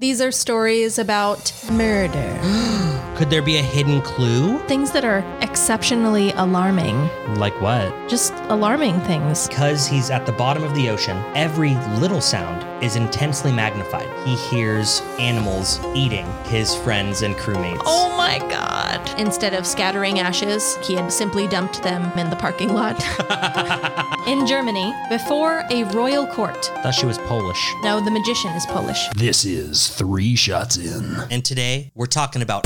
These are stories about murder, Could there be a hidden clue? things that are exceptionally alarming, Like what? just alarming things. Because he's at the bottom of the ocean, every little sound is intensely magnified. He hears animals eating his friends and crewmates. Oh my god. Instead of scattering ashes, he had simply dumped them in the parking lot. in Germany, before a royal court. Thought she was Polish. No, the magician is Polish. This is Three Shots In. And today we're talking about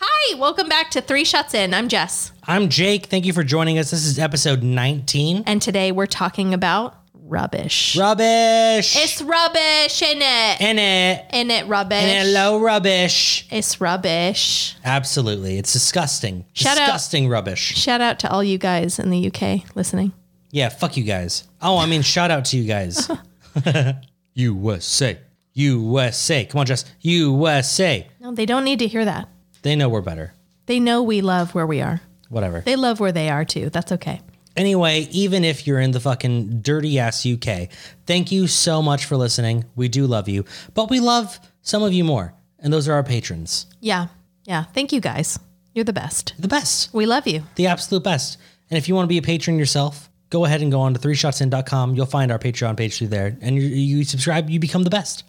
Hi, welcome back to Three Shots In. I'm Jess. I'm Jake. Thank you for joining us. This is episode 19. And today we're talking about rubbish. Rubbish. it's rubbish, in it? in it. In it rubbish. In it, low rubbish. It's rubbish. Absolutely. It's disgusting. Shout out. disgusting rubbish. Shout out to all you guys in the UK listening. Yeah, fuck you guys. Oh, I mean, shout out to you guys. USA. USA. Come on, Jess. USA. No, they don't need to hear that. They know we're better. They know we love where we are. Whatever. They love where they are too. That's okay. Anyway, even if you're in the fucking dirty ass UK, thank you so much for listening. We do love you, but we love some of you more, and those are our patrons. Yeah. Yeah. Thank you guys. You're the best. The best, We love you. the absolute best. And if you want to be a patron yourself, go ahead and go on to threeshotsin.com. You'll find our Patreon page through there, and you, you subscribe, you become the best.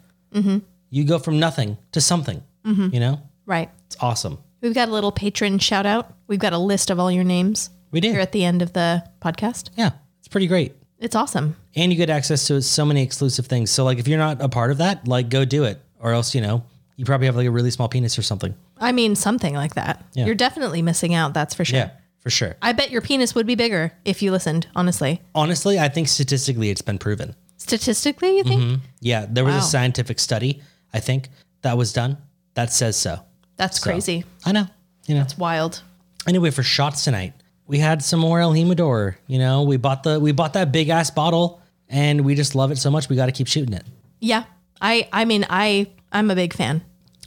You go from nothing to something, you know? Right. It's awesome. We've got a little patron shout out. We've got a list of all your names We here do. at the end of the podcast. Yeah, it's pretty great. It's awesome. and you get access to so many exclusive things. So like if you're not a part of that, like go do it, or else you know you probably have like a really small penis or something. I mean, something like that. You're definitely missing out. That's for sure. Yeah, for sure. I bet your penis would be bigger if you listened, honestly. Honestly, I think statistically it's been proven. Statistically, you Mm-hmm. think? Yeah, there was Wow. a scientific study I think that was done that says so. That's crazy. I know. You know. It's wild. Anyway, for shots tonight, we had some more El Himador. You know, we bought the we bought that big ass bottle, and we just love it so much. We got to keep shooting it. Yeah. I I mean, I I'm a big fan.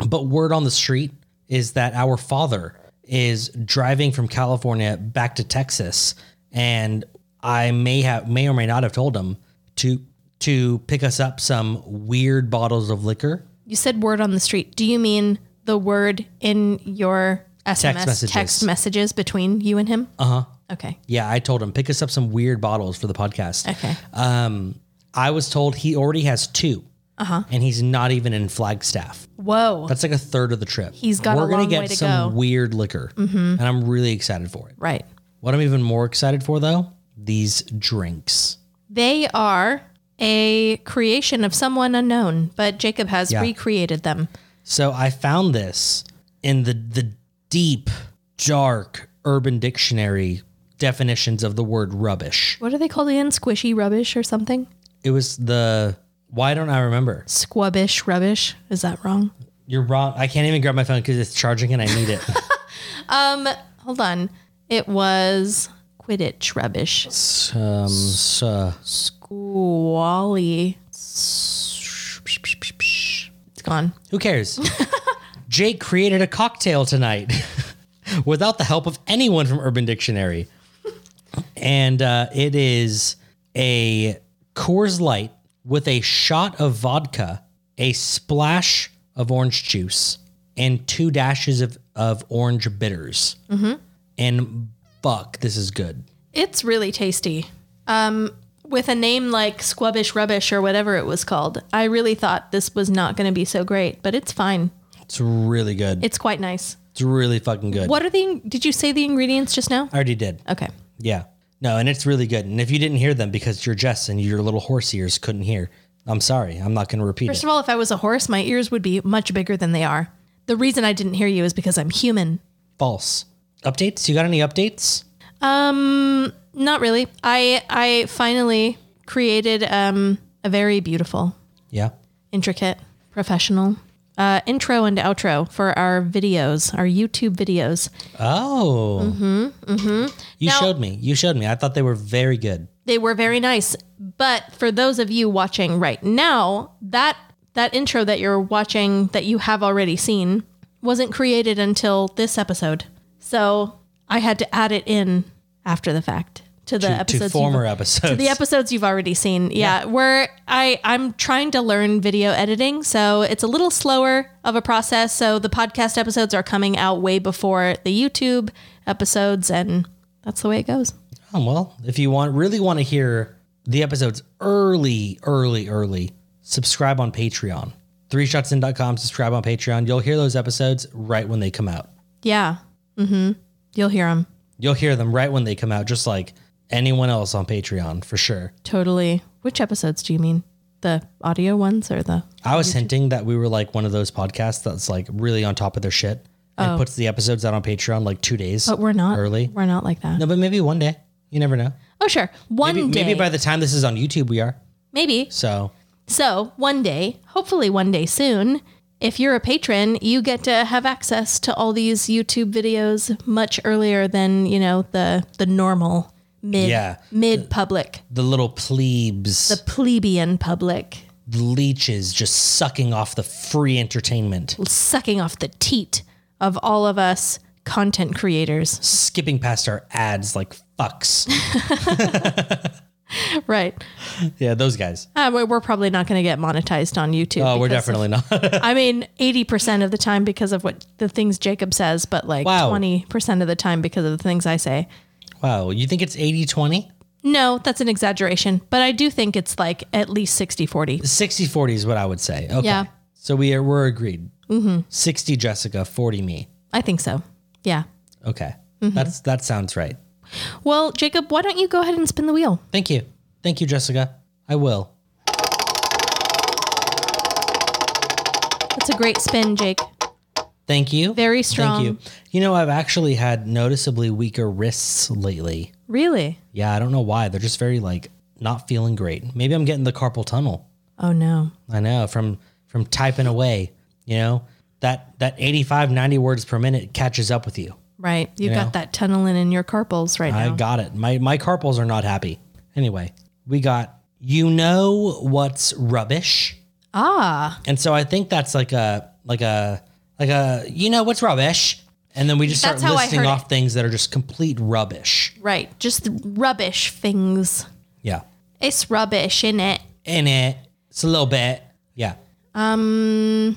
But word on the street is that our father is driving from California back to Texas, and I may have may or may not have told him to to pick us up some weird bottles of liquor. You said word on the street. Do you mean the word in your SMS text messages. messages, between you and him? Uh huh. Okay. Yeah, I told him pick us up some weird bottles for the podcast. Okay. Um, I was told he already has two, uh-huh. and he's not even in Flagstaff. Whoa. That's like a third of the trip. He's got a We're gonna long get way to some go. Mm-hmm. weird liquor, and I'm really excited for it. right. What I'm even more excited for though, these drinks. They are a creation of someone unknown, but Jacob has recreated them. So I found this in the the deep, dark urban dictionary definitions of the word rubbish. What are they called again? Squishy rubbish or something? It was the why don't I remember? Squubbish rubbish. Is that wrong? You're wrong. I can't even grab my phone because it's charging and I need it. Hold on. It was Quidditch rubbish. um, so Squally. It's gone. who cares? Jake created a cocktail tonight without the help of anyone from Urban Dictionary, and uh, it is a Coors Light with a shot of vodka, a splash of orange juice, and two dashes of of orange bitters. And fuck, this is good. It's really tasty. Um, with a name like Squubbish Rubbish or whatever it was called, I really thought this was not going to be so great, but it's fine. It's really good. It's quite nice. It's really fucking good. What are the? Did you say the ingredients just now? I already did. Okay. Yeah. No, and it's really good. And if you didn't hear them because you're Jess and your little horse ears couldn't hear, I'm sorry. I'm not going to repeat First it. of all, if I was a horse, my ears would be much bigger than they are. The reason I didn't hear you is because I'm human. False. Updates? You got any updates? Not really. I I finally created um, a very beautiful Yeah. intricate, professional uh, intro and outro for our videos, our YouTube videos. Oh. Mm-hmm. Mm-hmm. You Now- showed me. You showed me. I thought they were very good. They were very nice, but for those of you watching right now, that that intro that you're watching that you have already seen wasn't created until this episode. So I had to add it in after the fact to the to, episodes. to you've- former episodes. the episodes you've already seen. Yeah, where I I'm trying to learn video editing, so it's a little slower of a process. So the podcast episodes are coming out way before the YouTube episodes, and that's the way it goes. Oh, well, if you want really want to hear the episodes early, early, early, subscribe on Patreon. Three Threeshotsin.com, subscribe on Patreon. You'll hear those episodes right when they come out. Yeah. Mm-hmm. You'll hear them You'll hear them right when they come out, just like anyone else on Patreon for sure. totally. Which episodes do you mean? The audio ones or the? I was hinting that we were like one of those podcasts that's like really on top of their shit and puts the episodes out on Patreon like two days. Oh. But we're not Early. We're not like that. Uh, No, but maybe one day. You never know. Oh sure, one Maybe, day. maybe by the time this is on YouTube, we are. maybe So So, one day, hopefully one day soon, if you're a patron, you get to have access to all these YouTube videos much earlier than, you know, the the normal mid Yeah. mid public, the little plebes. the plebeian public, leeches just sucking off the free entertainment, sucking off the teat of all of us content creators. skipping past our ads like fucks. right. yeah, those guys. Uh, we're we're probably not going to get monetized on YouTube. Oh, we're because of- definitely not. I mean, 80% of the time because of what the things Jacob says, but like Wow. 20% of the time because of the things I say. wow, you think it's 80 20? No, that's an exaggeration, but I do think it's like at least 60 40. 60 40 is what I would say. Okay. Yeah. Mm-hmm. So we are, we're agreed. 60 Jessica, 40 me. I think so. Yeah. Okay. Mm-hmm. That's that sounds right. Well, Jacob, why don't you go ahead and spin the wheel? Thank you. Thank you, Jessica. I will. That's a great spin, Jake. Thank you. Very strong. Thank you. You know, I've actually had noticeably weaker wrists lately. Really? Yeah, I don't know why. They're just very like not feeling great. Maybe I'm getting the carpal tunnel. Oh, no. I know from from typing away, you know, that that 85 90 words per minute catches up with you. Right. You've know. got that tunneling in your carpals right I now. got it. My my carpals are not happy. Anyway, we got you know what's rubbish. ah, And so I think that's like a like a like a you know what's rubbish. And then we just start That's how I listing heard off things that are just complete rubbish. right. Just rubbish things. Yeah. It's rubbish, in it? In it. It's a little bit. Yeah. I mean,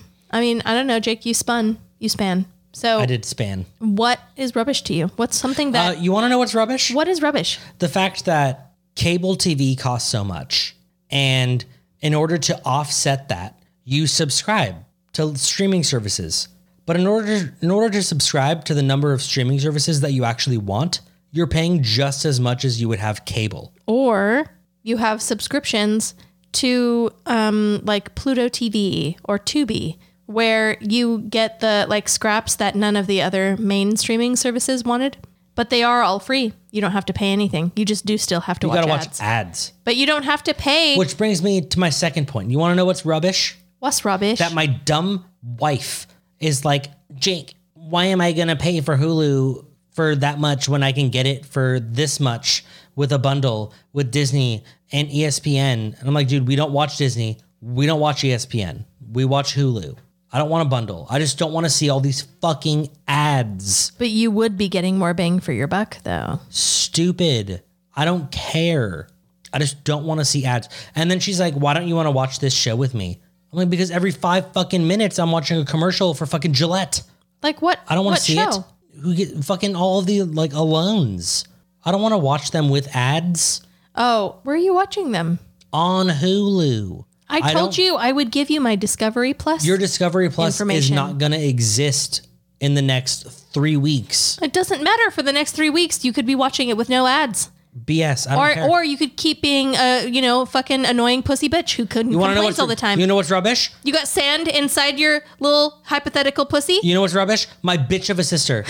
I don't know, Jake, you spun. You span. So, I did span. what is rubbish to you? What's something Uh, that. you want to know what's rubbish? what is rubbish? the fact that cable TV costs so much. And in order to offset that, you subscribe to streaming services. But in order in order to subscribe to the number of streaming services that you actually want, you're paying just as much as you would have cable. or you have subscriptions to um, like Pluto TV or Tubi, where you get the like scraps that none of the other main streaming services wanted, but they are all free. You don't have to pay anything. You just do still have to You watch gotta ads, watch ads. but you don't have to pay. Which brings me to my second point. You wanna know what's rubbish? What's rubbish? That my dumb wife is like, Jake, why am I gonna pay for Hulu for that much when I can get it for this much with a bundle with Disney and E ESPN? And I'm like, dude, we don't watch Disney. We don't watch E ESPN. We watch Hulu. I don't want a bundle. I just don't want to see all these fucking ads. but you would be getting more bang for your buck, though. Stupid. I don't care. I just don't want to see ads. And then she's like, why don't you want to watch this show with me? I'm like, because every five fucking minutes I'm watching a commercial for fucking Gillette. Like what? I don't want to see show? it. Who get fucking all the like alones? I don't want to watch them with ads Oh, where are you watching them? on Hulu. I told don't- you I would give you my Discovery Plus. Your Discovery Plus is Information. not going to exist in the next three weeks. it doesn't matter for the next three weeks. You could be watching it with no ads. BS. I don't or care. or you could keep being a you know fucking annoying pussy bitch who couldn't you wanna know complains what's- all the time. You You, know what's rubbish? got sand inside your little hypothetical pussy. You know what's rubbish? My bitch of a sister.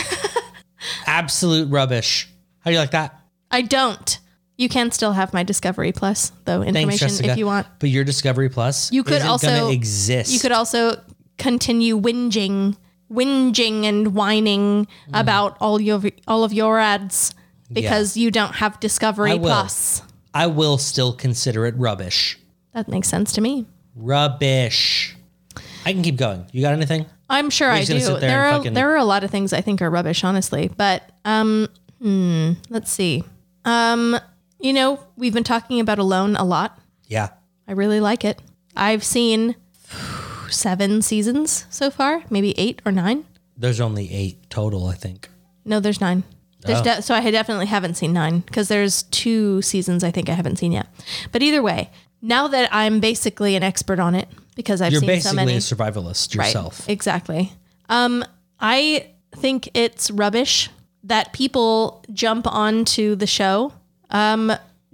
Absolute rubbish. How do you like that? I don't. You can still have my Discovery Plus though Thanks, information Jessica. if you want. But your Discovery Plus You could isn't also- gonna exist. You could also continue whinging, whinging and whining Mm-hmm. about all your all of your ads because you don't have Discovery I will. Plus. I will still consider it rubbish. That makes sense to me. Rubbish. I can keep going. You got anything? I'm sure I just gonna do. sit There, there and are fucking- there are a lot of things I think are rubbish, honestly. But um, hmm, let's see. Um, you know, we've been talking about Alone a lot. Yeah. I really like it. I've seen seven seasons so far, maybe eight or nine. There's only eight total, I think. No, there's nine. There's Oh. de- so I definitely haven't seen nine because there's two seasons I think I haven't seen yet. But either way, now that I'm basically an expert on it because I've You're seen so basically many. a survivalist yourself. Right. Exactly. Um, I think it's rubbish that people jump onto the show um,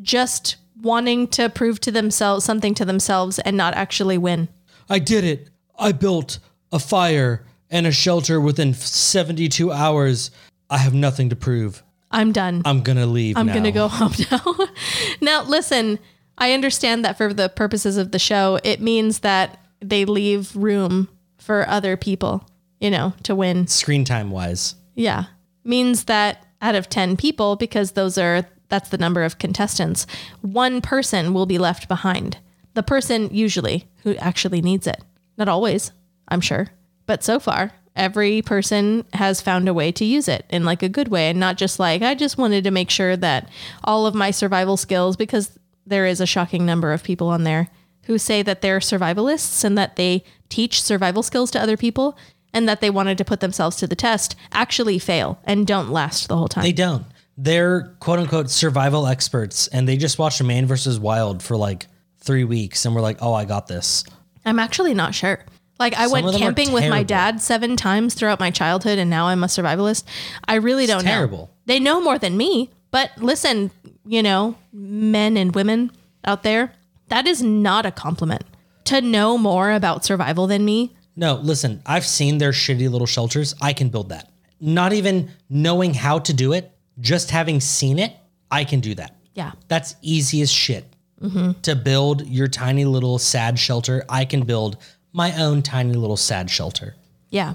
just wanting to prove to themselves something to themselves and not actually win. I did it. I built a fire and a shelter within 72 hours. I have nothing to prove. I'm done. I'm going to leave. I'm going to go home now. now, listen, I understand that for the purposes of the show, it means that they leave room for other people, you know, to win. Screen time wise. Yeah. Means that out of 10 people, because those are, that's the number of contestants, one person will be left behind. The person usually who actually needs it. Not always, I'm sure. But so far, every person has found a way to use it in like a good way and not just like, I just wanted to make sure that all of my survival skills, because there is a shocking number of people on there who say that they're survivalists and that they teach survival skills to other people and that they wanted to put themselves to the test actually fail and don't last the whole time. They don't. They're quote unquote survival experts and they just watched Man vs. Wild for like three weeks and we're like, oh, I got this. I'm actually not sure. Like I of went them are camping with my terrible. dad seven times throughout my childhood and now I'm a survivalist. I really don't know. terrible. They know more than me, but listen, you know, men and women out there, that is not a compliment. To know more about survival than me, No, listen, I've seen their shitty little shelters. I can build that. Not even knowing how to do it, just having seen it, I can do that. yeah. That's easy as shit. To build your tiny little sad shelter, I can build my own tiny little sad shelter. Yeah.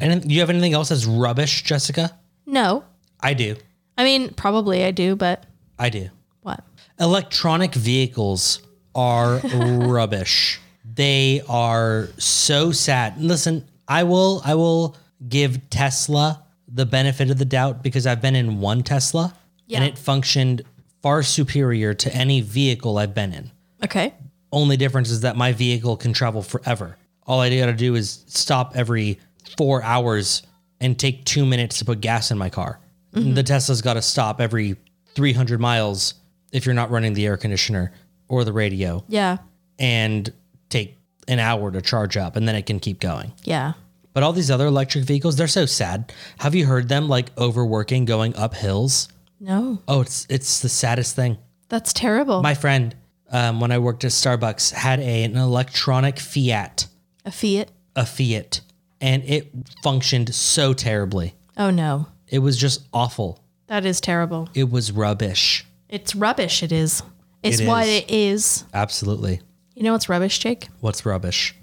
And you have anything else that's rubbish, Jessica? No. I do. I mean, probably I do, but I do. what? Electronic vehicles are rubbish. They are so sad. Listen, I will I will give Tesla the benefit of the doubt because I've been in one Tesla and Yeah. it functioned far superior to any vehicle I've been in. Okay. Only difference is that my vehicle can travel forever. All I got to do is stop every 4 hours and take 2 minutes to put gas in my car. The Tesla's got to stop every 300 miles if you're not running the air conditioner or the radio Yeah. and take an hour to charge up and then it can keep going. Yeah. But all these other electric vehicles, they're so sad. Have you heard them like overworking going up hills? No. Oh, it's it's the saddest thing. That's terrible. My friend, um, when I worked at Starbucks, had a, an electronic Fiat, a Fiat. a Fiat, and it functioned so terribly. Oh no. It was just awful. That is terrible. It was rubbish. It's rubbish it is. It's It what is. it is. Absolutely. You know what's rubbish, Jake? What's rubbish?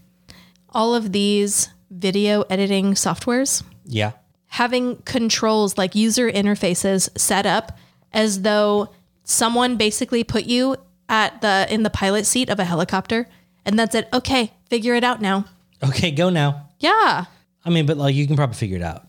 All of these video editing softwares Yeah. having controls like user interfaces set up as though someone basically put you at the in the pilot seat of a helicopter and that's it. Okay, figure it out now. Okay, go now. Yeah. I mean, but like you can probably figure it out.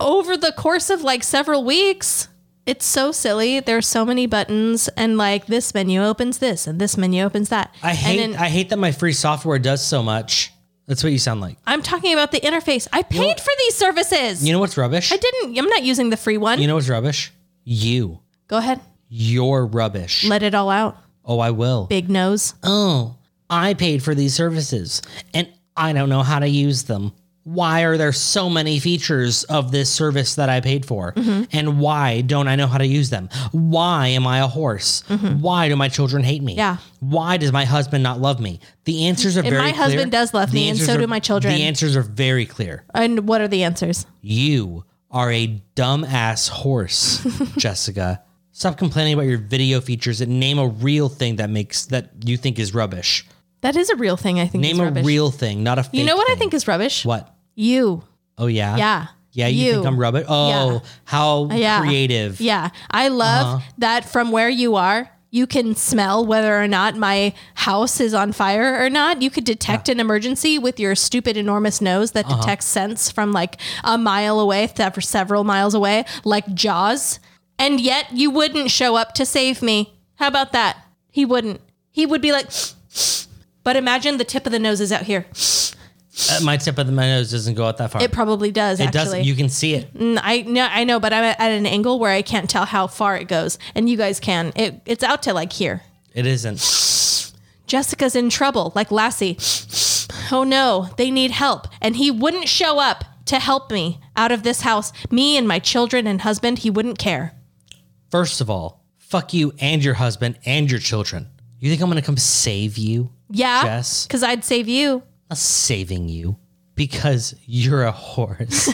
over the course of like several weeks. It's so silly. There's so many buttons, and like this menu opens this, and this menu opens that. I hate And then I hate that my free software does so much. That's what you sound like. I'm talking about the interface. I paid for these services. You know what's rubbish? I didn't. I'm not using the free one. you know what's rubbish? You. Go ahead. You're rubbish. Let it all out. oh, I will. Big nose. Oh, I paid for these services and I don't know how to use them. Why are there so many features of this service that I paid for? Mm-hmm. And why don't I know how to use them? Why am I a horse? Why do my children hate me? Mm-hmm. Yeah. Why does my husband not love me? The answers are very my clear. husband does love The me, and answers so do are- my children. The answers are very clear. And what are the answers? You are a dumbass horse, Jessica. Stop complaining about your video features and name a real thing that makes that you think is rubbish. That is a real thing. I think. is Name a rubbish. real thing, not a fake. You know what I thing. think is rubbish? What? You. Oh yeah. Yeah. Uh, Yeah, you, think I'm rubbish? Oh, how Yeah. creative. Yeah. I love that from where you are, you can smell whether or not my house is on fire or not. You could detect an emergency with your stupid enormous nose that detects scents from like a mile away, sev- several miles away, like Jaws. And yet you wouldn't show up to save me. How about that? He wouldn't. He would be like, but imagine the tip of the nose is out here. Uh, my tip of the my nose doesn't go out that far. It probably does. It actually. doesn't. You can see it. Mm, I know, I know, but I'm at an angle where I can't tell how far it goes, and you guys can. It, it's out to like here. It isn't. Jessica's in trouble, like Lassie. Oh no, they need help, and he wouldn't show up to help me out of this house. Me and my children and husband, he wouldn't care. First of all, fuck you and your husband and your children. You think I'm gonna come save you? Yeah, Jess? because I'd save you. not saving you because you're a horse.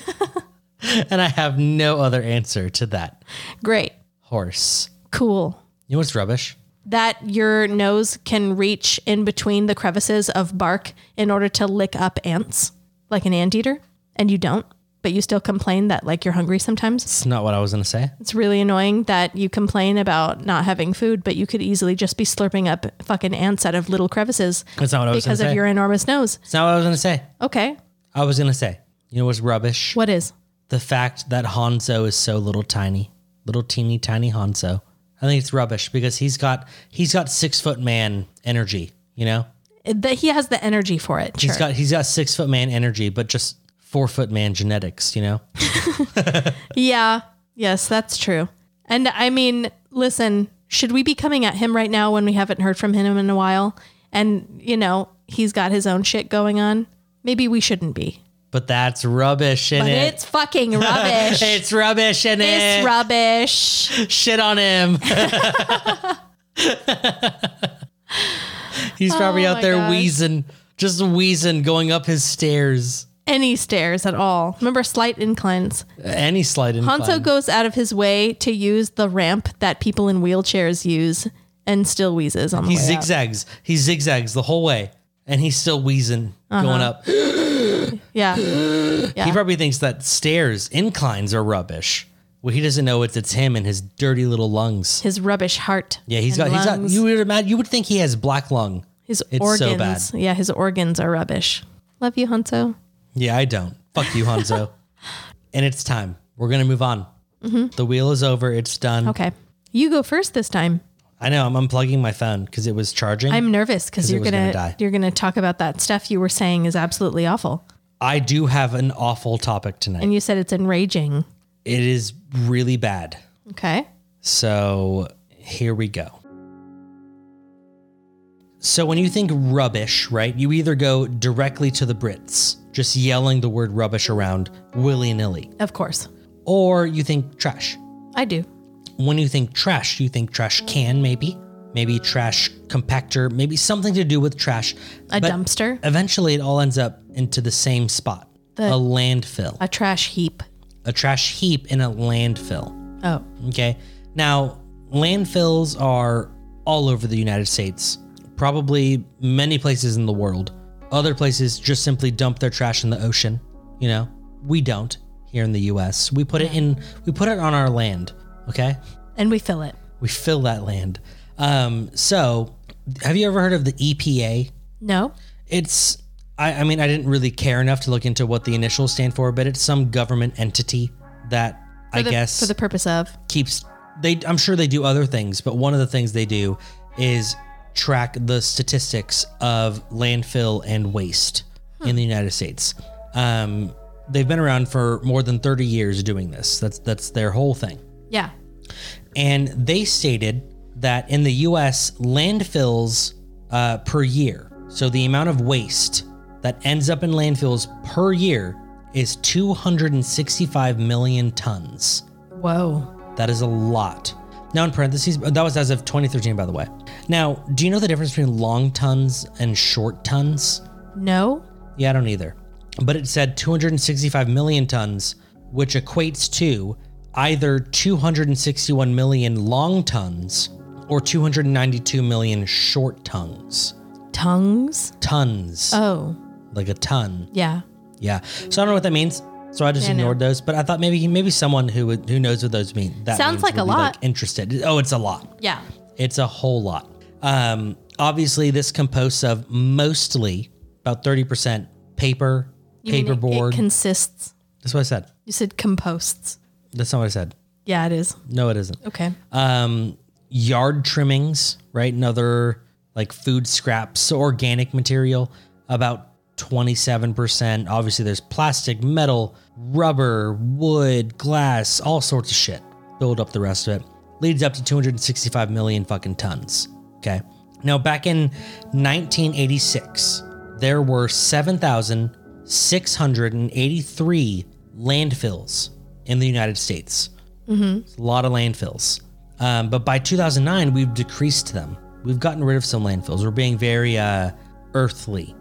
and I have no other answer to that. Great, Horse. cool. You know what's rubbish? That your nose can reach in between the crevices of bark in order to lick up ants, like an anteater, and you don't, but you still complain that like you're hungry sometimes. It's not what I was gonna say. It's really annoying that you complain about not having food, but you could easily just be slurping up fucking ants out of little crevices That's not what I was gonna because of say. your enormous nose. it's not what I was gonna say. Okay. I was gonna say. You know what's rubbish? What is? The fact that Hanzo is so little tiny. Little teeny tiny Hanzo. I think it's rubbish because he's got he's got six foot man energy, you know? That he has the energy for it. Sure. He's got he's got six foot man energy, but just four foot man genetics, you know? yeah. Yes, that's true. And I mean, listen, should we be coming at him right now when we haven't heard from him in a while? And, you know, he's got his own shit going on. Maybe we shouldn't be. But that's rubbish in But it. it's fucking rubbish. it's It's rubbish in it. rubbish. Shit on him. He's probably Oh out my there gosh. wheezing, just wheezing, going up his stairs. Any stairs at all. Remember slight inclines. Any slight incline. Hanzo goes out of his way to use the ramp that people in wheelchairs use and still wheezes on the he way up. zigzags. He zigzags the whole way, and he's still wheezing, going up. He Yeah. Uh-huh. Yeah. probably thinks that stairs inclines are rubbish. Well, he doesn't know it's it's him and his dirty little lungs. His rubbish heart. Yeah, he's and got. lungs. He's got. You would imagine. You would think he has black lung. his it's organs. so bad. Yeah, his organs are rubbish. Love you, Hanzo. Yeah, I don't. Fuck you, Hanzo. and it's time. We're gonna move on. The wheel is over. It's done. Mm-hmm. Okay. You go first this time. I know. I'm unplugging my phone because it was charging. i I'm nervous because it you're was gonna gonna, die. you're gonna talk about that stuff you were saying is absolutely awful. do have an awful topic tonight. And you said it's enraging. it is really bad. Okay. So here we go. So when you think rubbish, right? You either go directly to the Brits, just yelling the word rubbish around willy nilly, Of course. or you think trash. I do. when you think trash, you think trash can maybe, maybe trash compactor, maybe something to do with trash. A But dumpster. Eventually, it all ends up into the same spot a landfill, A trash heap. a trash heap in a landfill. Oh. Okay. Now, landfills are all over the United States, probably many places in the world. Other places just simply dump their trash in the ocean. You know, we don't here in the US. We put it in, we put it on our land. Okay. And we fill it. We fill that land. Um, so, have you ever heard of the EPA? No? It's, I, I mean, I didn't really care enough to look into what the initials stand for, but it's some government entity that I For the- guess for the purpose of keeps. They, I'm sure they do other things, but one of the things they do is track the statistics of landfill and waste in the United States. Um, they've been around for more than 30 years doing this. That's that's their whole thing. yeah and they stated that in the U.S., landfills uh, per year, so the amount of waste that ends up in landfills per year is 265 million tons. whoa That is a lot. Now, in parentheses, oh, that was as of 2013, by the way. Now, do you know the difference between long tons and short tons? no Yeah, I don't either. But it said 265 million tons, which equates to either 261 million long tons or 292 million short tons. tongues Tons, oh like a ton. yeah Yeah. So I don't know what that means. So I just I know. ignored those. But I thought maybe maybe someone who would, who knows what those mean. That Sounds means like would a be, lot. interested. Oh, it's a lot. yeah It's a whole lot. Um, obviously, this composts of mostly about 30% paper, You mean it- paperboard. It consists. That's what I said. You said composts. That's not what I said. Yeah, it is. Uh, No, it isn't. Okay. um, yard trimmings, right? And other like food scraps, so organic material, about 27%. Obviously, there's plastic, metal, rubber, wood, glass, all sorts of shit. Build up the rest of it. Leads up to 265 million fucking tons. Okay. Now, back in 1986, there were 7,683 landfills in the United States a lot of landfills. Um, but by 2009, we've decreased them. We've gotten rid of some landfills. We're being very uh, earthly,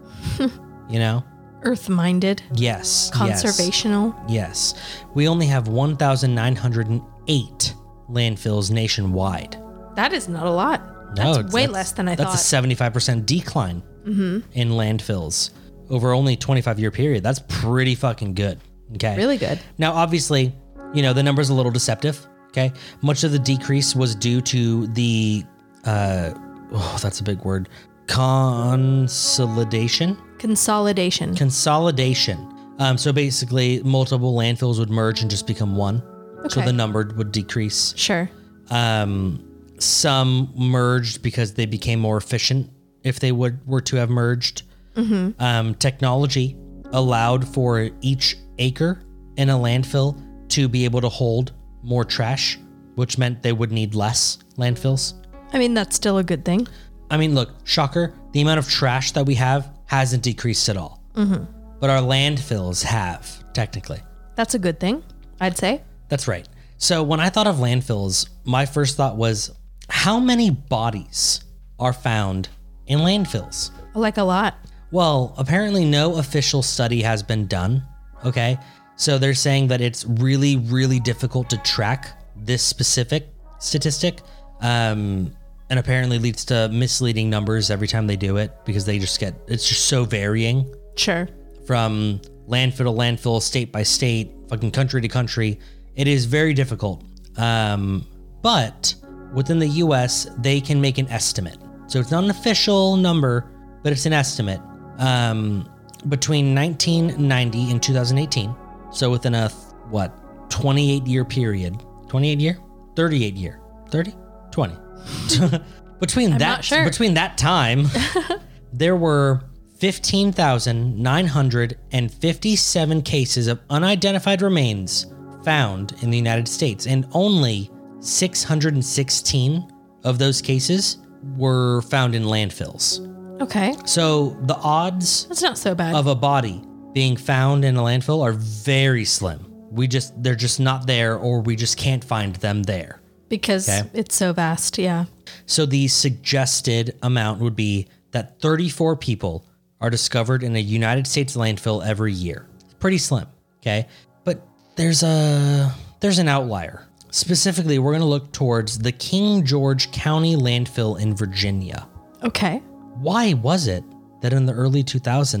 you know? Earth minded, Yes. yes, conservational. Yes. We only have 1,908 landfills nationwide. That is not a lot. No, that's it's- way less than I that's thought. Mm-hmm. a 75% decline in landfills over only a 25 year period. That's pretty fucking good. Okay. Really good. Now, obviously, you know, the number's a little deceptive. Okay. Much of the decrease was due to the, uh, oh, that's a big word, consolidation. Consolidation. Consolidation. Um, so basically, multiple landfills would merge and just become one. So Okay. the number would decrease. sure. Um, some merged because they became more efficient if they would were to have merged. Um, technology allowed for each acre in a landfill to be able to hold more trash, which meant they would need less landfills. I mean, that's still a good thing. I mean, look, shocker, the amount of trash that we have hasn't decreased at all. But our landfills have, technically. That's a good thing, I'd say. That's right. So when I thought of landfills, my first thought was how many bodies are found in landfills? Like a lot. Well, apparently no official study has been done. Okay. So they're saying that it's really, really difficult to track this specific statistic. Um, and apparently leads to misleading numbers every time they do it because they just get it's just so varying Sure. from landfill to landfill, state by state, fucking country to country. It is very difficult. Um, but within the US, they can make an estimate. So it's not an official number, but it's an estimate. Um, between 1990 and 2018, so within a, th- what, 28 year period, 28 year, 38 year, 30, 20. between that not sure. between that time there were 15,957 cases of unidentified remains found in the United States, and only 616 of those cases were found in landfills. Okay. So the odds That's not so bad. of a body being found in a landfill are very slim. We just, they're just not there, or we just can't find them there. because Okay. it's so vast. Yeah. So the suggested amount would be that 34 people are discovered in a United States landfill every year. Pretty slim, okay? But there's a there's an outlier. Specifically, we're going to look towards the King George County landfill in Virginia. Okay. Why was it that in the early 2000s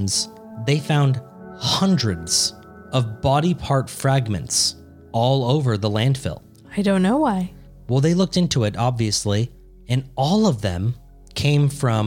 they found hundreds of body part fragments all over the landfill? I don't know why. Well, they looked into it, obviously, and all of them came from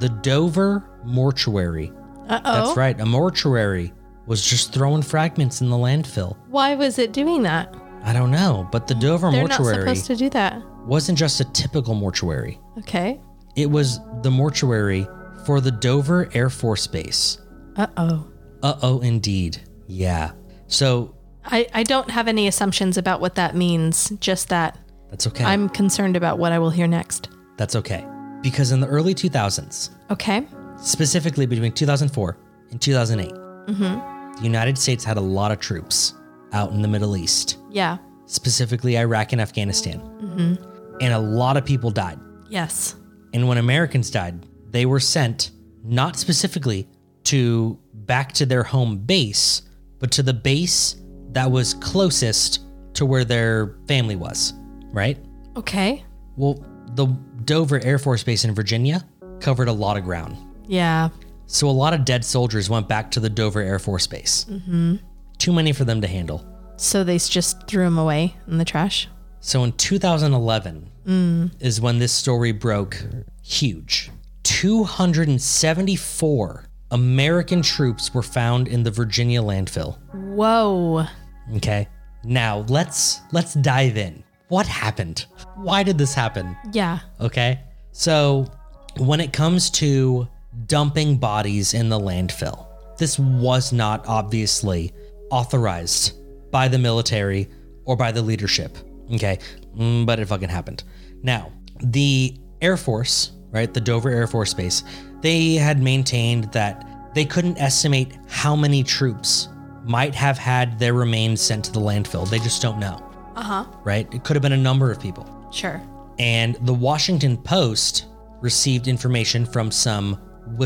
the Dover mortuary. Uh oh. That's right, a mortuary was just throwing fragments in the landfill. Why was it doing that? I don't know, but the Dover They're not mortuary supposed to do that. wasn't just a typical mortuary, Okay. it was the mortuary for the Dover Air Force Base. Uh oh. Uh oh, indeed. Yeah. So I, I don't have any assumptions about what that means, just that that's okay. I'm concerned about what I will hear next. that's okay. Because in the early 2000s, Okay. specifically between 2004 and 2008, the United States had a lot of troops out in the Middle East, Yeah. specifically Iraq and Afghanistan. And a lot of people died. Yes. And when Americans died, they were sent not specifically to back to their home base, but to the base that was closest to where their family was, right? Okay. Well, the Dover Air Force Base in Virginia covered a lot of ground. Yeah. So a lot of dead soldiers went back to the Dover Air Force Base. Mm-hmm. Too many for them to handle. So they s- just threw him away in the trash. So in 2011 is when this story broke huge. 274 American troops were found in the Virginia landfill. Whoa. Okay. Now, let's let's dive in. What happened? Why did this happen? Yeah. Okay. So, when it comes to dumping bodies in the landfill, this was not obviously authorized by the military or by the leadership. Okay. Mm, But it fucking happened. Now, the Air Force, right, the Dover Air Force Base, they had maintained that they couldn't estimate how many troops might have had their remains sent to the landfill. They just don't know. Uh huh. Right? It could have been a number of people Sure. and the Washington Post received information from some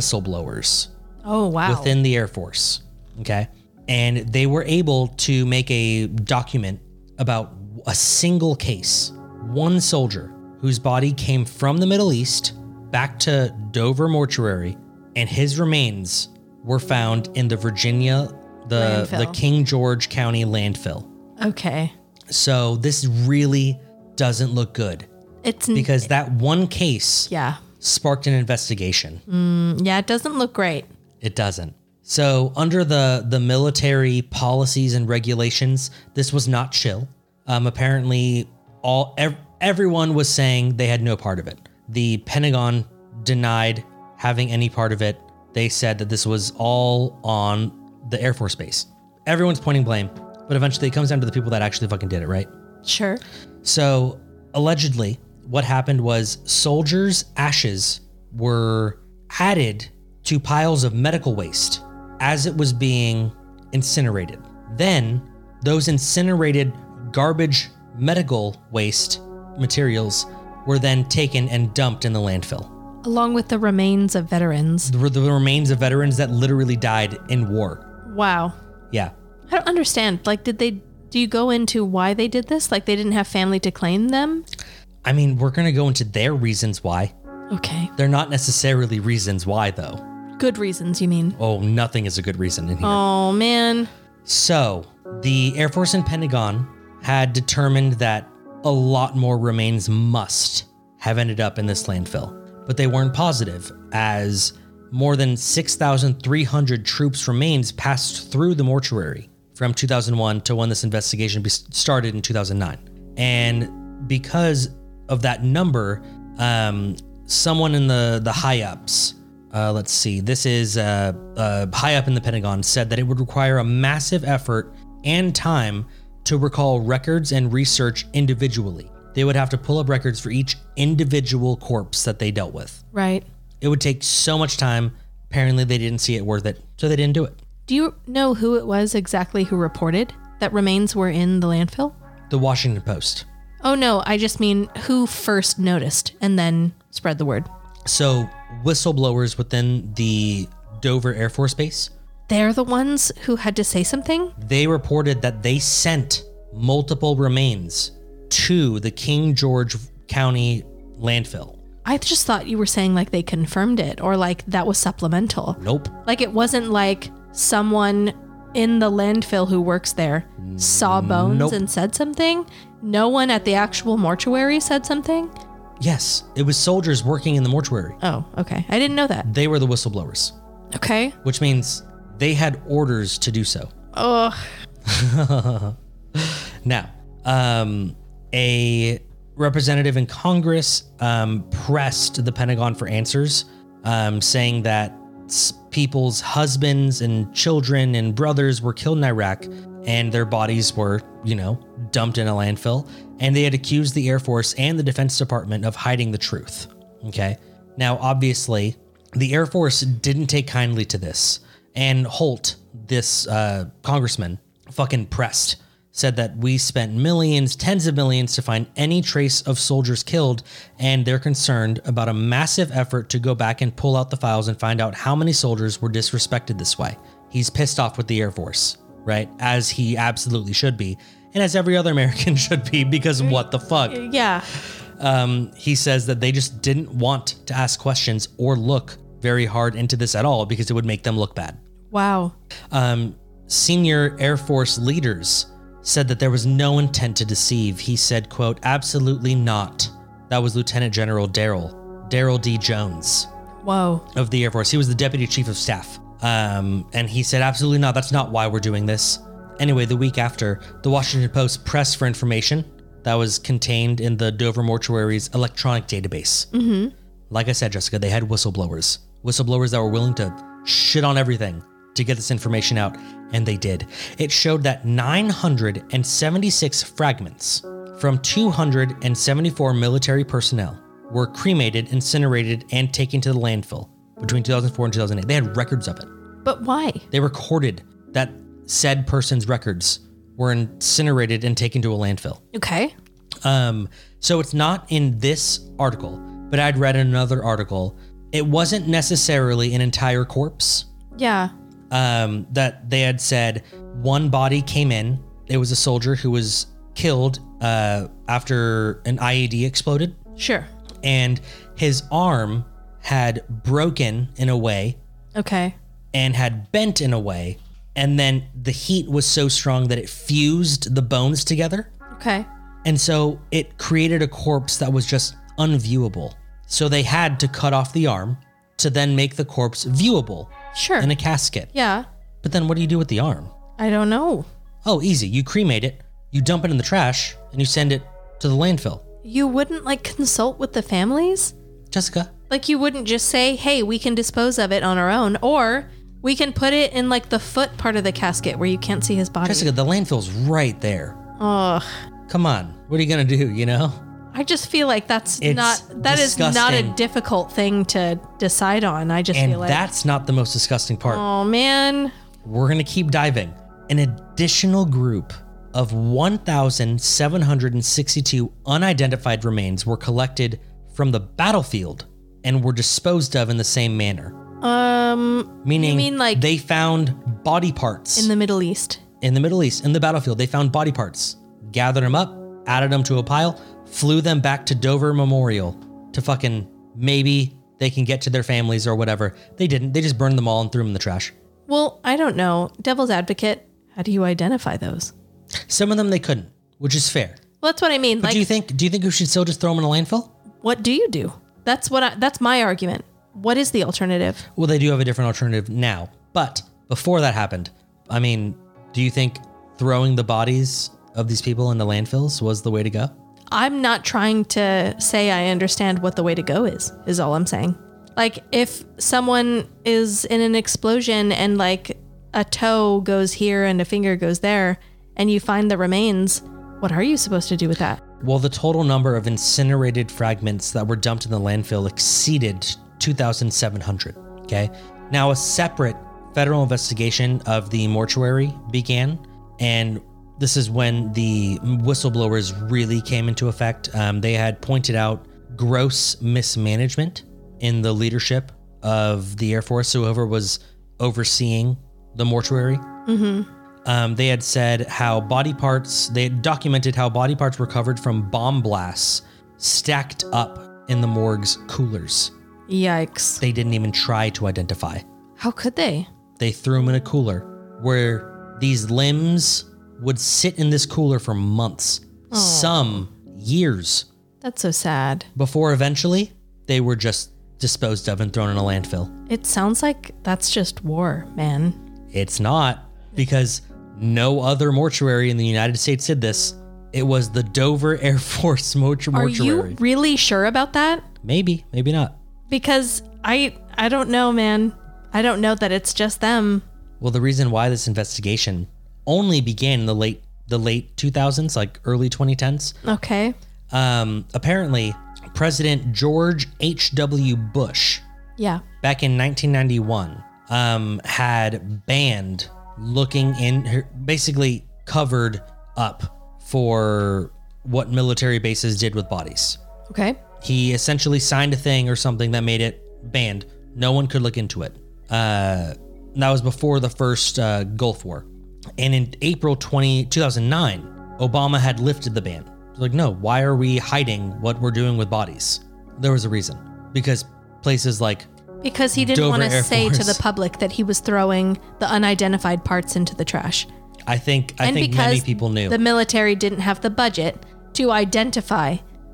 whistleblowers Oh wow. within the Air Force. Okay. And they were able to make a document about a single case, one soldier whose body came from the Middle East back to Dover Mortuary, and his remains were found in the Virginia, the, the Landfill. King George County landfill. okay. So this really doesn't look good It's n- because that one case yeah. sparked an investigation. Yeah, it doesn't look great. It doesn't. So under the the military policies and regulations, this was not chill. Um, apparently, all ev- everyone was saying they had no part of it. The Pentagon denied having any part of it. They said that this was all on the Air Force Base. Everyone's pointing blame, but eventually it comes down to the people that actually fucking did it, right? Sure. So allegedly, what happened was soldiers' ashes were added to piles of medical waste as it was being incinerated. Then those incinerated garbage medical waste materials were then taken and dumped in the landfill. Along with the remains of veterans. The, the remains of veterans that literally died in war. Wow. Yeah. I don't understand. Like did they do you go into why they did this? Like they didn't have family to claim them? I mean, we're going to go into their reasons why. Okay. They're not necessarily reasons why, though. Good reasons, you mean. Oh, nothing is a good reason in here. Oh man. So, the Air Force and Pentagon had determined that a lot more remains must have ended up in this landfill, but they weren't positive as more than 6,300 troops' remains passed through the mortuary from 2001 to when this investigation be- started in 2009. And because of that number, um, someone in the, the high ups uh, let's see. This is uh, uh, high up in the Pentagon said that it would require a massive effort and time to recall records and research individually. They would have to pull up records for each individual corpse that they dealt with. Right. It would take so much time. Apparently, they didn't see it worth it, so they didn't do it. Do you know who it was exactly who reported that remains were in the landfill? The Washington Post. Oh no, I just mean who first noticed and then spread the word. So, whistleblowers within the Dover Air Force Base They're the ones who had to say something? they reported that they sent multiple remains to the King George County landfill. I just thought you were saying like they confirmed it or like that was supplemental. Nope. Like it wasn't like someone in the landfill who works there saw bones Nope. and said something. No one at the actual mortuary said something. Yes, it was soldiers working in the mortuary. Oh, okay. I didn't know that. They were the whistleblowers, Okay. which means they had orders to do so. Ugh. Now, um, a representative in Congress um, pressed the Pentagon for answers, um, saying that s- people's husbands and children and brothers were killed in Iraq and their bodies were, you know, dumped in a landfill. And they had accused the Air Force and the Defense Department of hiding the truth. Okay. Now, obviously, the Air Force didn't take kindly to this. And Holt, this uh, congressman, fucking pressed, said that we spent millions, tens of millions to find any trace of soldiers killed, and they're concerned about a massive effort to go back and pull out the files and find out how many soldiers were disrespected this way. He's pissed off with the Air Force, right? As he absolutely should be, and as every other American should be, because what the fuck? Yeah. he says that they just didn't want to ask questions or look very hard into this at all because it would make them look bad. Wow. Um, senior Air Force leaders said that there was no intent to deceive. He said, quote, absolutely not. That was Lieutenant General Daryl, Daryl D. Jones Whoa. of the Air Force. He was the deputy chief of staff. Um, and he said, absolutely not. That's not why we're doing this. Anyway, the week after, the Washington Post pressed for information that was contained in the Dover Mortuary's electronic database. Mm-hmm. Like I said, Jessica, they had whistleblowers, whistleblowers that were willing to shit on everything to get this information out. And they did. It showed that 976 fragments from 274 military personnel were cremated, incinerated, and taken to the landfill between 2004 and 2008. They had records of it. But why? They recorded that said person's records were incinerated and taken to a landfill. Okay. Um, so it's not in this article, but I'd read another article. It wasn't necessarily an entire corpse Yeah. um, that they had said one body came in. It was a soldier who was killed uh, after an IED exploded, Sure. and his arm had broken in a way Okay. and had bent in a way. And then the heat was so strong that it fused the bones together. Okay. And so it created a corpse that was just unviewable. So they had to cut off the arm to then make the corpse viewable Sure. in a casket. yeah. But then what do you do with the arm? I don't know. Oh, easy. You cremate it, you dump it in the trash, and you send it to the landfill. You wouldn't like consult with the families? Jessica, Like you wouldn't just say, "Hey, we can dispose of it on our own," or we can put it in like the foot part of the casket where you can't see his body. Jessica, the landfill's right there. Ugh. Come on. What are you going to do, you know? I just feel like that's It's not that is not a disgusting. difficult thing to decide on. I just And feel like that's not the most disgusting part. oh man, We're going to keep diving. An additional group of 1,762 unidentified remains were collected from the battlefield and were disposed of in the same manner. um, Meaning, mean like- they found body parts in the Middle East. in the Middle East, in the battlefield, they found body parts, gathered them up, added them to a pile, flew them back to Dover Memorial to fucking maybe they can get to their families or whatever. They didn't. They just burned them all and threw them in the trash. Well, I don't know. Devil's advocate. How do you identify those? Some of them they couldn't, which is fair. Well, that's what I mean. like, do you think? Do you think we should still just throw them in a landfill? what do you do? That's what I, that's my argument. What is the alternative? Well, they do have a different alternative now, but before that happened, I mean, do you think throwing the bodies of these people into landfills was the way to go? I'm not trying to say I understand what the way to go is, is all I'm saying. Like, if someone is in an explosion and like a toe goes here and a finger goes there, and you find the remains, what are you supposed to do with that? While the total number of incinerated fragments that were dumped in the landfill exceeded 2,700. Okay. Now, a separate federal investigation of the mortuary began, and this is when the whistleblowers really came into effect. Um, they had pointed out gross mismanagement in the leadership of the Air Force, so whoever was overseeing the mortuary. Um, they had said how body parts, they had documented how body parts recovered from bomb blasts stacked up in the morgue's coolers. Yikes. They didn't even try to identify. How could they? They threw them in a cooler where these limbs would sit in this cooler for months, some years, That's so sad. before eventually they were just disposed of and thrown in a landfill. It sounds like that's just war, man. It's not because no other mortuary in the United States did this. It was the Dover Air Force mort- Are mortuary. you really sure about that? Maybe, maybe not. Because I I don't know, man. I don't know that it's just them. Well, the reason why this investigation only began in the late the late 2000s, like early 2010s, Okay. um, apparently President George H.W. Bush Yeah. back in 1991 um, had banned looking in basically covered up for what military bases did with bodies Okay. he essentially signed a thing or something that made it banned no one could look into it uh, that was before the first uh, gulf war and in april 20, 2009 obama had lifted the ban like no why are we hiding what we're doing with bodies there was a reason because places like Because he didn't want Dover to Air say to Force. the public that he was throwing the unidentified parts into the trash. I think I and think because many people knew. the military didn't have the budget to identify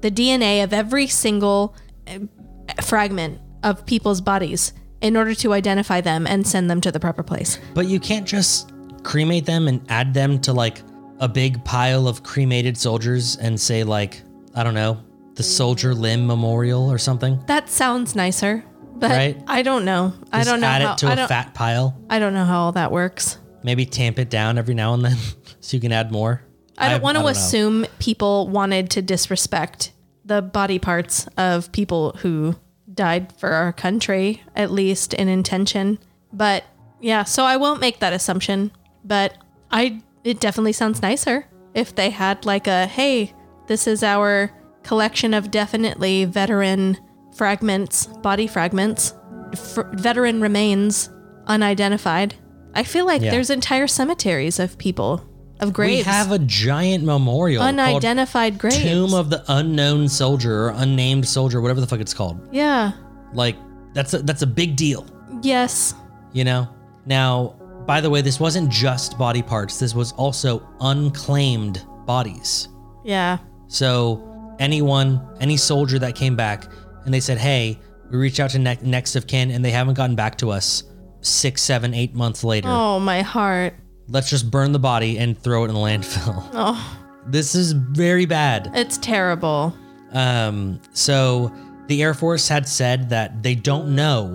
the DNA of every single uh, fragment of people's bodies in order to identify them and send them to the proper place. but you can't just cremate them and add them to like a big pile of cremated soldiers and say like I don't know the soldier limb memorial or something. That sounds nicer, but Right. I don't know. I Just don't know add how it to I a don't fat pile. I don't know how all that works. Maybe tamp it down every now and then so you can add more. I don't want to know. assume people wanted to disrespect the body parts of people who died for our country, at least in intention. But yeah, so I won't make that assumption. But I, it definitely sounds nicer if they had like a hey, this is our collection of definitely veteran fragments, body fragments, fr- veteran remains, unidentified. I feel like Yeah. there's entire cemeteries of people of We graves have a giant memorial called unidentified graves. Tomb of the Unknown Soldier or Unnamed Soldier, whatever the fuck it's called. yeah. Like that's a, that's a big deal, Yes. you know. Now, by the way, this wasn't just body parts. This was also unclaimed bodies. Yeah. So anyone, any soldier that came back and they said, "Hey, we reached out to ne- next of kin and they haven't gotten back to us." Six, seven, eight months later, Oh, my heart. let's just burn the body and throw it in the landfill. Oh, This is very bad. it's terrible. Um, so the Air Force had said that they don't know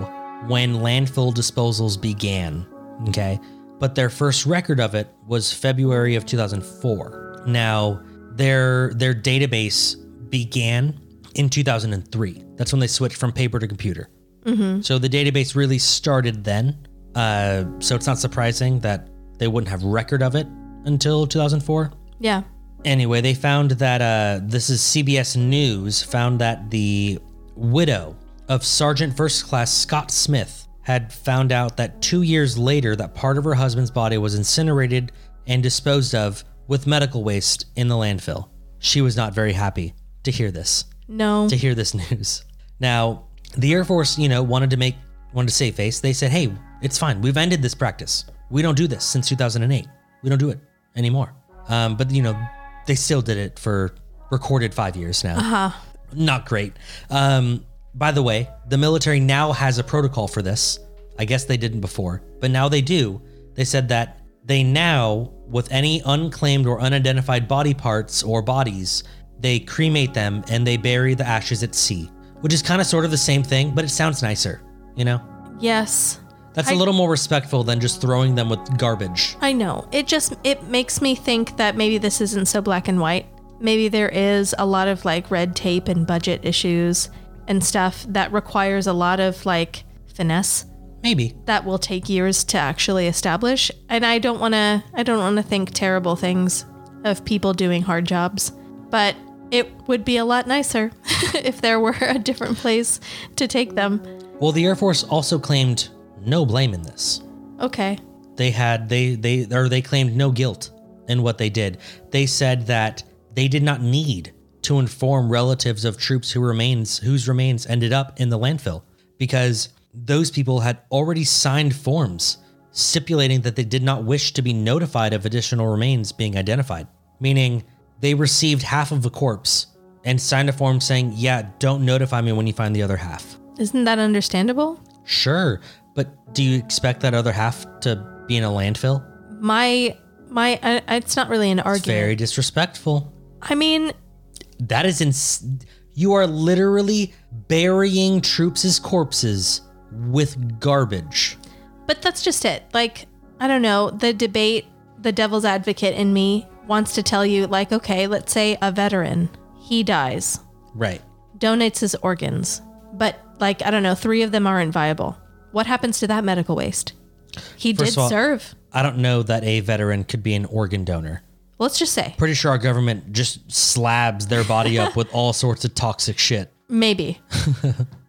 when landfill disposals began. Okay. But their first record of it was February of 2004. Now, their their database began in 2003. That's when they switched from paper to computer. So the database really started then. Uh, so it's not surprising that they wouldn't have record of it until 2004. Yeah. Anyway, they found that uh, this is CBS News found that the widow of Sergeant First Class Scott Smith had found out that two years later that part of her husband's body was incinerated and disposed of with medical waste in the landfill. She was not very happy to hear this No. to hear this news. Now, the Air Force, you know, wanted to make wanted to save face. They said, "Hey, it's fine. We've ended this practice. We don't do this since 2008. We don't do it anymore." Um, but you know, they still did it for recorded five years now. Uh-huh. Not great. Um, by the way, the military now has a protocol for this. I guess they didn't before, but now they do. They said that they now, with any unclaimed or unidentified body parts or bodies, they cremate them and they bury the ashes at sea, which is kind of sort of the same thing, but it sounds nicer, you know? Yes. That's a I- little more respectful than just throwing them with garbage. I know. It just it makes me think that maybe this isn't so black and white. Maybe there is a lot of like red tape and budget issues and stuff that requires a lot of like finesse Maybe. that will take years to actually establish. And I don't want to I don't want to think terrible things of people doing hard jobs, but it would be a lot nicer if there were a different place to take them. Well, the Air Force also claimed no blame in this. Okay. they had they they or they claimed no guilt in what they did. They said that they did not need to inform relatives of troops who remains whose remains ended up in the landfill because those people had already signed forms stipulating that they did not wish to be notified of additional remains being identified, meaning they received half of the corpse and signed a form saying, "Yeah, don't notify me when you find the other half." Isn't that understandable? Sure, but do you expect that other half to be in a landfill? My my I, it's not really an argument. Very disrespectful. I mean, That is ins- you are literally burying troops' corpses with garbage. but that's just it. Like, I don't know, the debate, the devil's advocate in me wants to tell you like, okay, let's say a veteran, he dies. Right. donates his organs, but like I don't know, three of them aren't viable. What happens to that medical waste? He First did of all- serve. I don't know that a veteran could be an organ donor. Let's just say Pretty sure our government just slabs their body up with all sorts of toxic shit. maybe,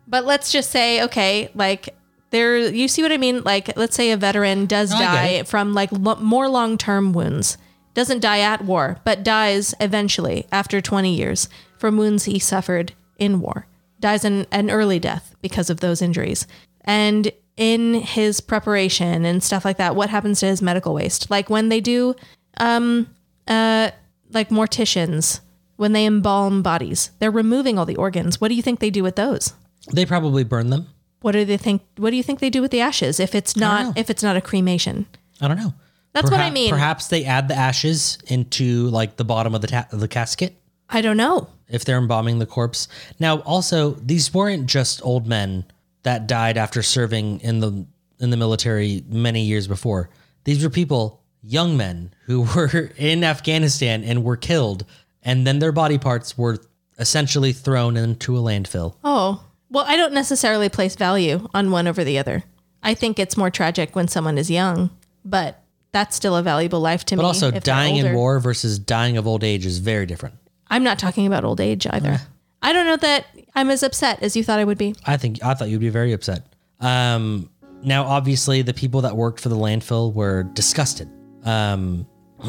but let's just say okay, like there. You see what I mean? Like let's say a veteran does I get die it. from like lo- more long term wounds. Doesn't die at war, but dies eventually after 20 years from wounds he suffered in war. Dies an, an early death because of those injuries. And in his preparation and stuff like that what happens to his medical waste like when they do um uh like morticians when they embalm bodies they're removing all the organs what do you think they do with those They probably burn them. what do they think what do you think they do with the ashes if it's not know. if it's not a cremation I don't know. That's what I Perha- mean. Perhaps they add the ashes into like the bottom of the ta- the casket i don't know if they're embalming the corpse. Now, also, these weren't just old men that died after serving in the in the military many years before. These were people, young men who were in Afghanistan and were killed, and then their body parts were essentially thrown into a landfill. Oh, well, I don't necessarily place value on one over the other. I think it's more tragic when someone is young, but that's still a valuable life to me. But also, if they're dying in older. war versus dying of old age is very different. I'm not talking about old age either. I don't know that I'm as upset as you thought I would be. I think I thought you'd be very upset. Um, now, obviously, the people that worked for the landfill were disgusted, um,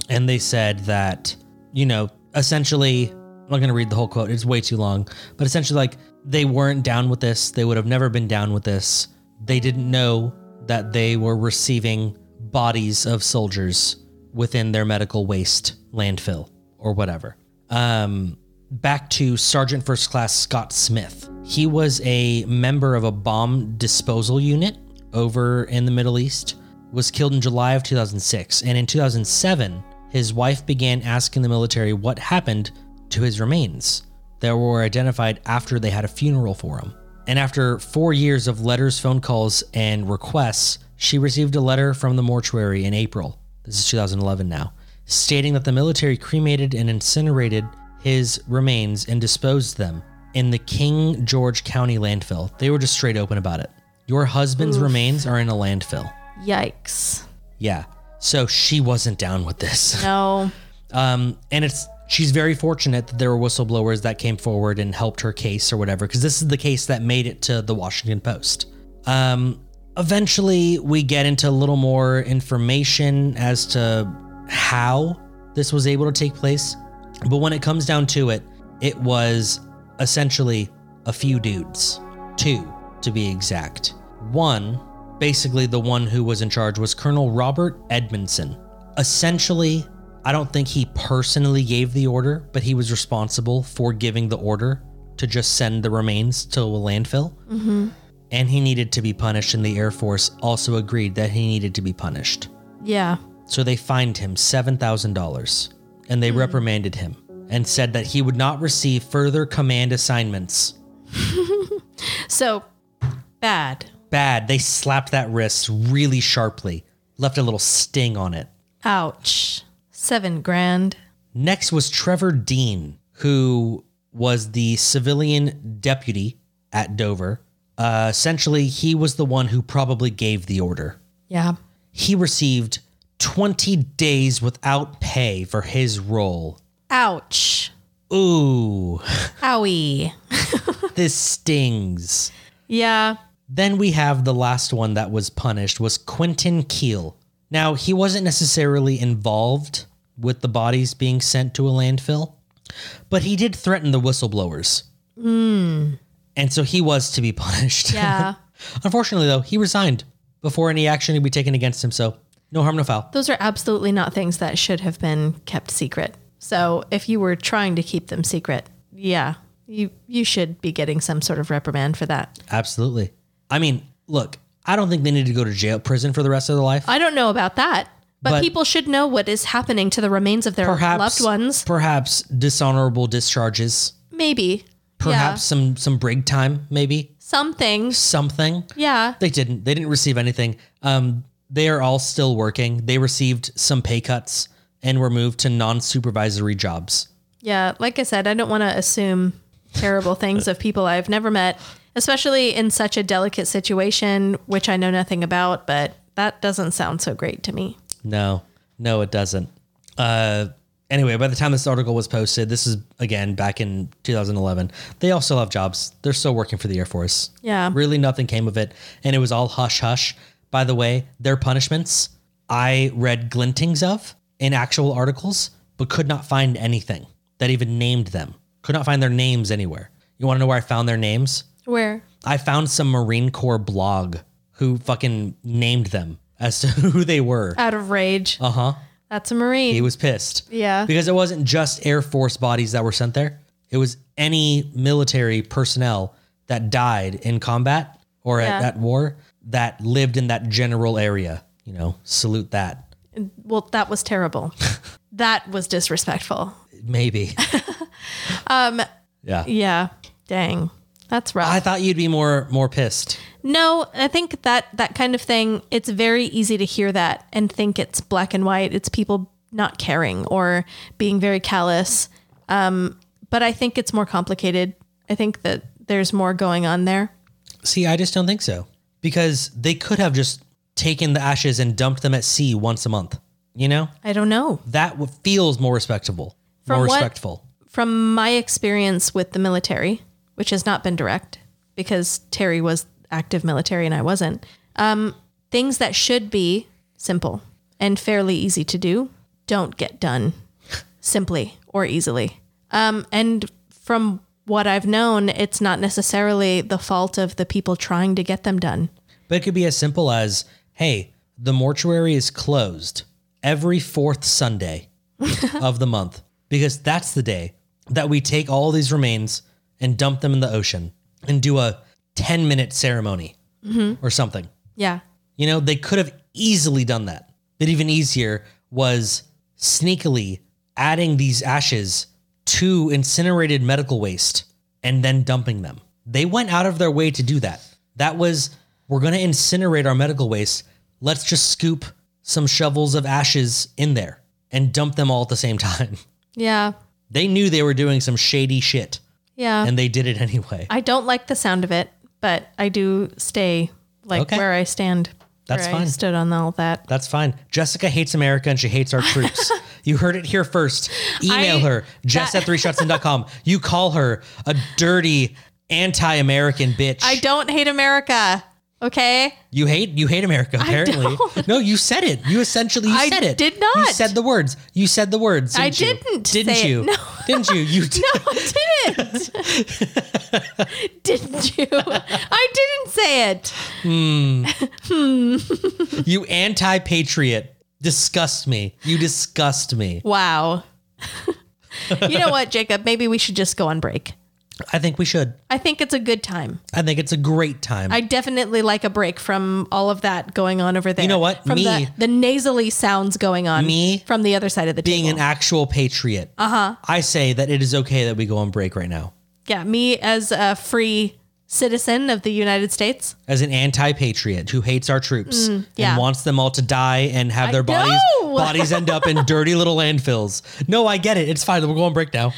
and they said that you know, essentially, I'm not going to read the whole quote; it's way too long. But essentially, like they weren't down with this; they would have never been down with this. They didn't know that they were receiving bodies of soldiers within their medical waste landfill or whatever. Um, back to Sergeant First Class Scott Smith. He was a member of a bomb disposal unit over in the Middle East. Was killed in July of 2006, and in 2007, his wife began asking the military what happened to his remains that were identified after they had a funeral for him. And after four years of letters, phone calls, and requests, she received a letter from the mortuary in April. This is 2011 now, stating that the military cremated and incinerated his remains and disposed them in the King George County landfill. They were just straight open about it. Your husband's remains are in a landfill. Yikes. Yeah. So she wasn't down with this. No. Um, and it's she's very fortunate that there were whistleblowers that came forward and helped her case or whatever, because this is the case that made it to the Washington Post. Um, eventually, we get into a little more information as to how this was able to take place, but when it comes down to it, it was essentially a few dudes, two to be exact. One, basically the one who was in charge, was Colonel Robert Edmondson. Essentially, I don't think he personally gave the order, but he was responsible for giving the order to just send the remains to a landfill. And he needed to be punished, and the Air Force also agreed that he needed to be punished. Yeah. So they fined him $7,000 and they reprimanded him and said that he would not receive further command assignments. So bad. Bad. They slapped that wrist really sharply, left a little sting on it. Ouch. Seven grand. Next was Trevor Dean, who was the civilian deputy at Dover. Uh, essentially, he was the one who probably gave the order. Yeah. He received 20 days without pay for his role. Ouch. Ooh, Owie. this stings. Yeah. Then we have the last one that was punished was Quentin Keel. Now, he wasn't necessarily involved with the bodies being sent to a landfill, but he did threaten the whistleblowers. And so he was to be punished. Yeah. Unfortunately, though, he resigned before any action could be taken against him. So no harm, no foul. Those are absolutely not things that should have been kept secret. So if you were trying to keep them secret, yeah, you you should be getting some sort of reprimand for that. Absolutely. I mean, look, I don't think they need to go to jail, prison for the rest of their life. I don't know about that, but, But- people should know what is happening to the remains of their Perhaps loved ones. Perhaps dishonorable discharges. Maybe. Perhaps some some break time, maybe. yeah. something. something. Yeah. They didn't. They didn't receive anything. Um, they are all still working. They received some pay cuts and were moved to non-supervisory jobs. Yeah, like I said, I don't want to assume terrible things of people I've never met, especially in such a delicate situation which I know nothing about, but that doesn't sound so great to me. No, no, it doesn't. Uh, anyway, by the time this article was posted, this is again back in 2011. They all still have jobs. They're still working for the Air Force. Yeah. Really, nothing came of it, and it was all hush hush. By the way, their punishments I read glintings of in actual articles, but could not find anything that even named them. Could not find their names anywhere. You want to know where I found their names? Where I found some Marine Corps blog who fucking named them as to who they were. out of rage. Uh huh. That's a Marine. He was pissed. Yeah. Because it wasn't just Air Force bodies that were sent there, it was any military personnel that died in combat or Yeah. at that war that lived in that general area. You know, salute that. well, that was terrible. that was disrespectful. Maybe. um, yeah. Yeah. Dang. That's rough. I thought you'd be more more pissed. No, I think that that kind of thing, it's very easy to hear that and think it's black and white. It's people not caring or being very callous. Um, but I think it's more complicated. I think that there's more going on there. See, I just don't think so because they could have just taken the ashes and dumped them at sea once a month. You know, I don't know. that w- feels more respectable, From more what- respectful. From my experience with the military, which has not been direct because Terry was active military and I wasn't, um, things that should be simple and fairly easy to do don't get done simply or easily. Um, and from what I've known, it's not necessarily the fault of the people trying to get them done. But it could be as simple as, "Hey, the mortuary is closed every fourth Sunday of the month because that's the day that we take all these remains and dump them in the ocean and do a ten minute ceremony or something." Yeah. You know, they could have easily done that. But even easier was sneakily adding these ashes to incinerated medical waste and then dumping them. They went out of their way to do that. That was, we're going to incinerate our medical waste. Let's just scoop some shovels of ashes in there and dump them all at the same time. Yeah. They knew they were doing some shady shit Yeah. and they did it anyway. I don't like the sound of it, but I do stay like Okay. where I stand. That's where I fine. stood on all that. That's fine. Jessica hates America and she hates our troops. you heard it here first. Email I- her, jess at threeshotsin.com. You call her a dirty anti-American bitch. I don't hate America. Okay. you hate you hate America, apparently. No, you said it. You essentially you I said it. did You not. said the words. You said the words. I didn't you? didn't Didn't say it. you? No. Didn't you? You did. No, I didn't. didn't you? I didn't say it. You anti-patriot. Disgust me. You disgust me. Wow. you know what, Jacob? Maybe we should just go on break. I think we should. I think it's a good time. I think it's a great time. I definitely like a break from all of that going on over there. You know what? From Me- the, the nasally sounds going on Me from the other side of the being table. an actual patriot, uh-huh. I say that it is okay that we go on break right now. yeah, me as a free citizen of the United States. As an anti-patriot who hates our troops Mm, yeah. and wants them all to die and have their bodies know! bodies end up in dirty little landfills. No, I get it. It's fine. We'll go on break now.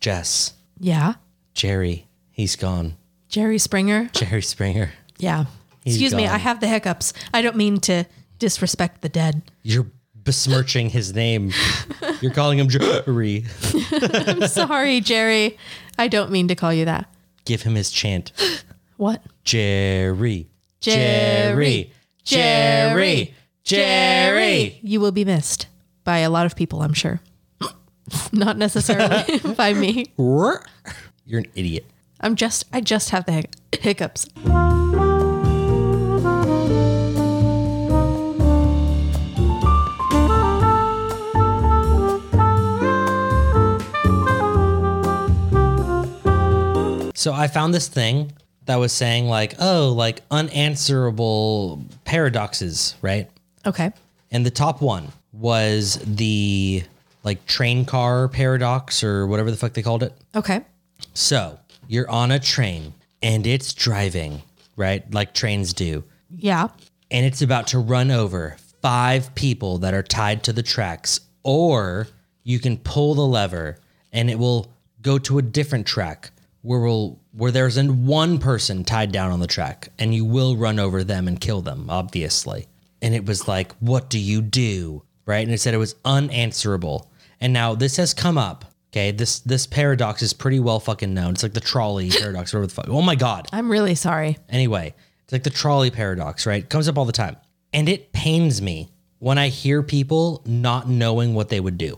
Jess, Yeah. Jerry, he's gone. Jerry Springer. Jerry Springer. Yeah. Excuse me, gone. I have the hiccups. I don't mean to disrespect the dead. You're besmirching his name. You're calling him Jerry. I'm sorry, Jerry. I don't mean to call you that. Give him his chant. What? Jerry. Jerry. Jerry. Jerry. You will be missed by a lot of people, I'm sure. Not necessarily by me. Jerry. You're an idiot. I'm just I just have the hic- hiccups. So I found this thing that was saying like, oh, like unanswerable paradoxes, right? Okay. And the top one was the like train car paradox or whatever the fuck they called it. Okay. So you're on a train and it's driving, right? Like trains do. Yeah. and it's about to run over five people that are tied to the tracks, or you can pull the lever and it will go to a different track where will where there's an one person tied down on the track and you will run over them and kill them, obviously. And it was like, what do you do? Right? And it said it was unanswerable. And now this has come up. Okay, this this paradox is pretty well fucking known. It's like the trolley paradox, whatever the fuck. Oh my god. I'm really sorry. Anyway, it's like the trolley paradox, right? It comes up all the time. And it pains me when I hear people not knowing what they would do.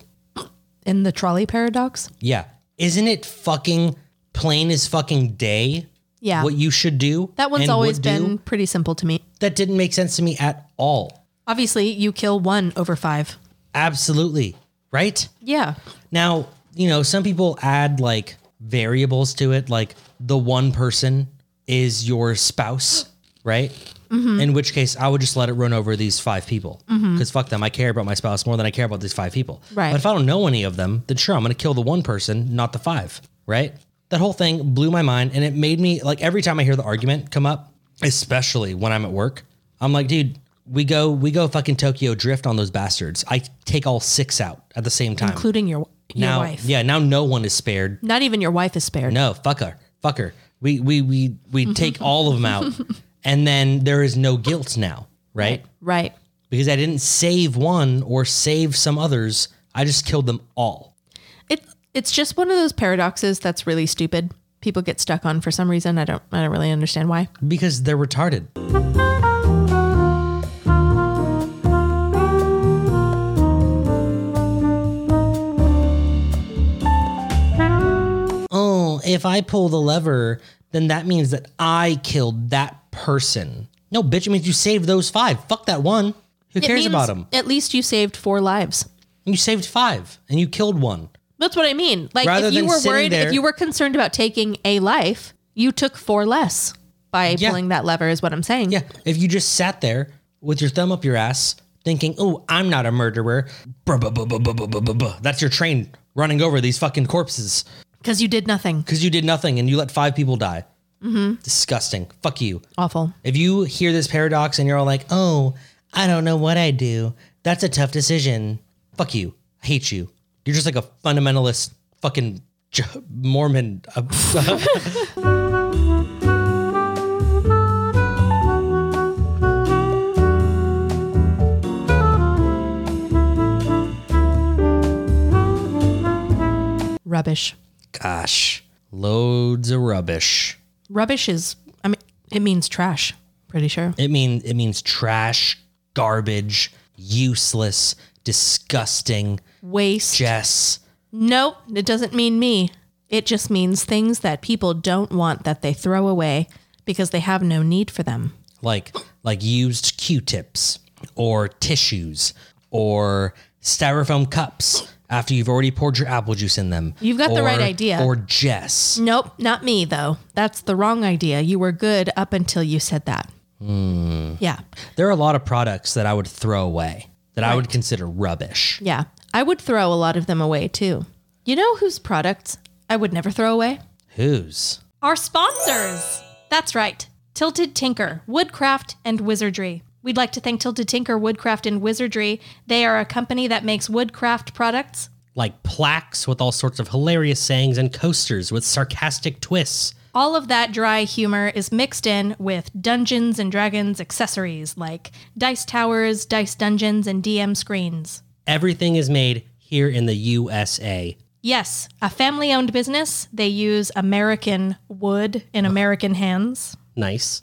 in the trolley paradox. Yeah. Isn't it fucking plain as fucking day Yeah. what you should do? that one's and always would do? been pretty simple to me. That didn't make sense to me at all. Obviously, you kill one over five. Absolutely. Right? Yeah. Now, you know, some people add like variables to it, like the one person is your spouse, right? In which case, I would just let it run over these five people because fuck them. I care about my spouse more than I care about these five people. Right. But if I don't know any of them, then sure, I'm going to kill the one person, not the five, right? That whole thing blew my mind. And it made me like every time I hear the argument come up, especially when I'm at work, I'm like, dude, we go, we go fucking Tokyo drift on those bastards. I take all six out at the same time Including your, your Um, now, wife. Yeah, now no one is spared. Not even your wife is spared. No, fuck her. Fuck her. We we we we take all of them out. And then there is no guilt now, right? Right. Because I didn't save one or save some others. I just killed them all. It it's just one of those paradoxes that's really stupid. People get stuck on for some reason. I don't I don't really understand why. Because they're retarded. Oh, if I pull the lever, then that means that I killed that person. No, bitch, it means you saved those five. Fuck that one. Who cares means about him? At least you saved four lives. You saved five and you killed one. That's what I mean. Like Rather if you than were sitting worried, there- if you were concerned about taking a life, you took four less by Yeah. pulling that lever. Is what I'm saying. Yeah, if you just sat there with your thumb up your ass thinking, oh, I'm not a murderer, bruh, bruh, bruh, bruh, bruh, bruh, bruh, bruh, bruh. that's your train running over these fucking corpses Because you did nothing. because you did nothing and you let five people die. Disgusting. Fuck you. Awful. If you hear this paradox and you're all like, oh, I don't know what I do, that's a tough decision. Fuck you. I hate you. You're just like a fundamentalist fucking J- Mormon. uh, Rubbish. Gosh, loads of rubbish. Rubbish is. I mean, it means trash. Pretty sure. It mean it means trash, garbage, useless, disgusting, Waste. Jess. Nope, it doesn't mean me. It just means things that people don't want that they throw away because they have no need for them. Like like used Q-tips or tissues or styrofoam cups after you've already poured your apple juice in them. You've got the right Or- idea. Or Jess. Nope, not me though. That's the wrong idea. You were good up until you said that. Yeah, There are a lot of products that I would throw away that I would consider rubbish. yeah. I would throw a lot of them away too. You know whose products I would never throw away? Whose? Our sponsors! That's right. Tilted Tinker, Woodcraft, and Wizardry. We'd like to thank Tilted Tinker, Woodcraft, and Wizardry. They are a company that makes woodcraft products Like plaques with all sorts of hilarious sayings and coasters with sarcastic twists. All of that dry humor is mixed in with Dungeons and Dragons accessories like dice towers, dice dungeons, and DM screens. Everything is made here in the USA. Yes, a family owned business. They use American wood in American hands. Nice.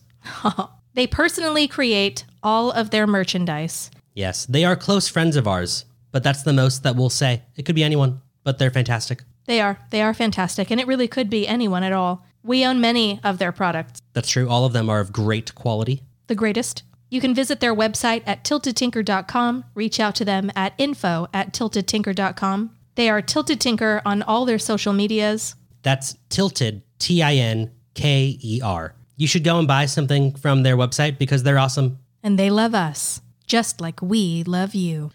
They personally create all of their merchandise. Yes, they are close friends of ours, but that's the most that we'll say. It could be anyone, but they're fantastic. They are. They are fantastic, and it really could be anyone at all. We own many of their products. That's true. All of them are of great quality. the greatest. You can visit their website at tiltedtinker.com, reach out to them at info at tiltedtinker.com. They are Tilted Tinker on all their social medias. That's Tilted, T I N K E R. You should go and buy something from their website because they're awesome. And they love us, just like we love you.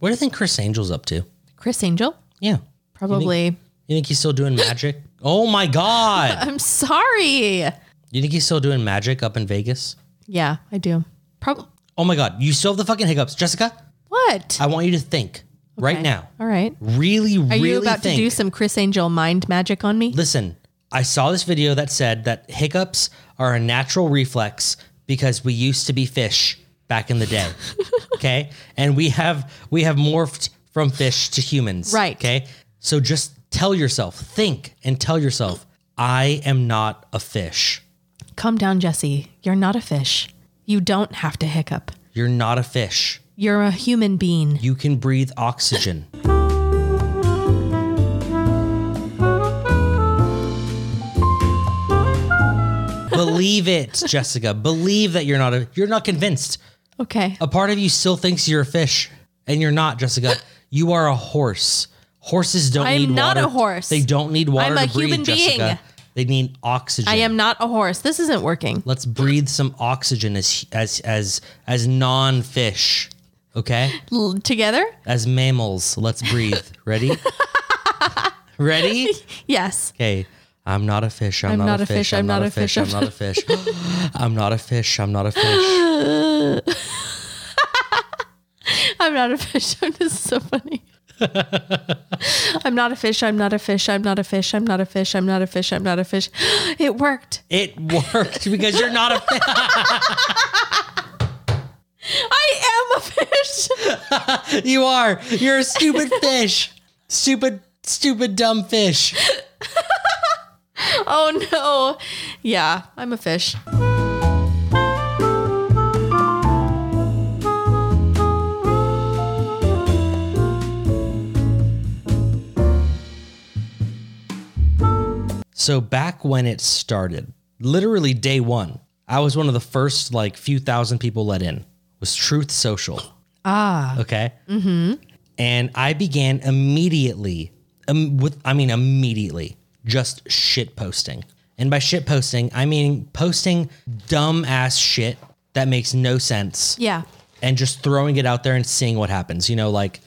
What do you think Chris Angel's up to? Chris Angel? Yeah. Probably. You think he's still doing magic? Oh my God. I'm sorry. You think he's still doing magic up in Vegas? Yeah, I do. Probably. Oh my God. You still have the fucking hiccups. Jessica, What? I want you to think right Okay. now. All right. Really, Are really you about think. to do some Chris Angel mind magic on me? Listen, I saw this video that said that hiccups are a natural reflex because we used to be fish back in the day. okay? And we have we have morphed from fish to humans. Right. Okay. So just tell yourself, think and tell yourself, I am not a fish. Calm down, Jesse. You're not a fish. You don't have to hiccup. You're not a fish. You're a human being. You can breathe oxygen. Believe it, Jessica. Believe that you're not a you're not convinced. Okay. A part of you still thinks you're a fish, and you're not, Jessica. You are a horse. Horses don't I'm need not water. a horse. They don't need water I'm to a breathe, human being. Jessica. They need oxygen. I am not a horse. This isn't working. Let's breathe some oxygen as as as as non-fish. Okay? L- together? As mammals, let's breathe. Ready? Ready? Yes. Okay. I'm not a fish. I'm, I'm not, a fish. I'm not a fish. I'm not a fish. I'm not a fish. I'm not a fish. I'm not a fish. this is so funny. I'm not a fish. I'm not a fish. I'm not a fish. I'm not a fish. I'm not a fish. I'm not a fish. It worked. It worked because you're not a fish. I am a fish. You are. You're a stupid fish. Stupid, stupid, dumb fish. Oh no. Yeah, I'm a fish. So back when it started, literally day one, I was one of the first like few thousand people let in. Was Truth Social. Ah. Okay. Mm-hmm. And I began immediately um, with I mean immediately just shit posting. And by shit posting, I mean posting dumb ass shit that makes no sense Yeah. and just throwing it out there and seeing what happens. You know, like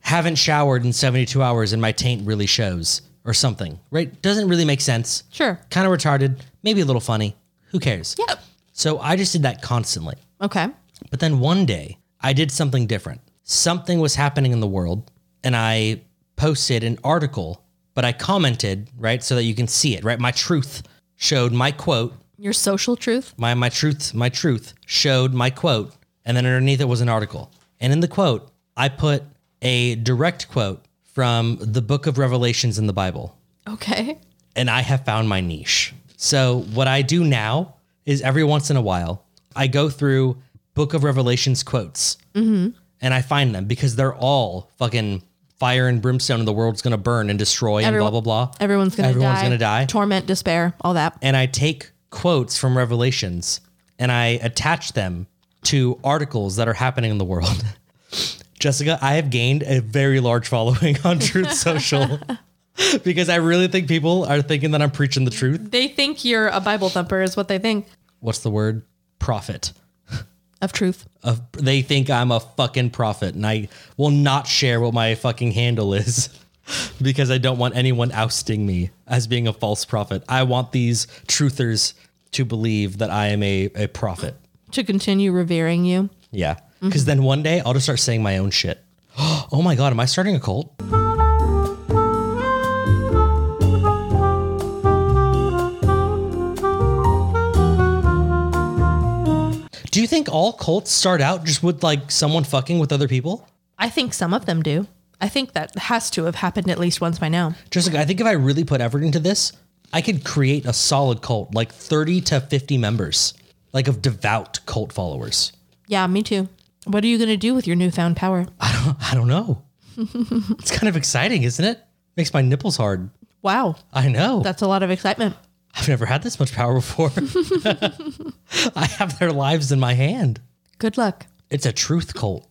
haven't showered in 72 hours and my taint really shows or something, right? Doesn't really make sense. Sure. Kind of retarded, maybe a little funny. Who cares? Yep. So I just did that constantly. Okay. But then one day I did something different. Something was happening in the world and I posted an article, but I commented, right? So that you can see it, right? My truth showed my quote Your social truth? my my truth my truth showed my quote and then underneath it was an article and in the quote i put a direct quote from the book of revelations in the bible Okay. and i have found my niche so what i do now is every once in a while i go through book of revelations quotes Mm-hmm. and i find them because they're all fucking fire and brimstone and the world's gonna burn and destroy and blah blah blah Everyone's gonna everyone's die. gonna die Torment, despair, all that. and I take quotes from Revelations and I attach them to articles that are happening in the world. Jessica, I have gained a very large following on Truth Social because I really think people are thinking that I'm preaching the truth. They think you're a Bible thumper is what they think What's the word? Prophet. of truth. Of they think I'm a fucking prophet and I will not share what my fucking handle is because I don't want anyone ousting me as being a false prophet. I want these truthers to believe that I am a, a prophet. To continue revering you. Yeah. Because then one day I'll just start saying my own shit. Oh my God, am I starting a cult? Do you think all cults start out just with like someone fucking with other people? I think some of them do. I think that has to have happened at least once by now. Jessica, I think if I really put effort into this, I could create a solid cult, like 30 to 50 members, like of devout cult followers. Yeah, me too. What are you going to do with your newfound power? I don't know. it's kind of exciting, isn't it? Makes my nipples hard. Wow, I know. that's a lot of excitement. I've never had this much power before. I have their lives in my hand. Good luck. It's a truth cult.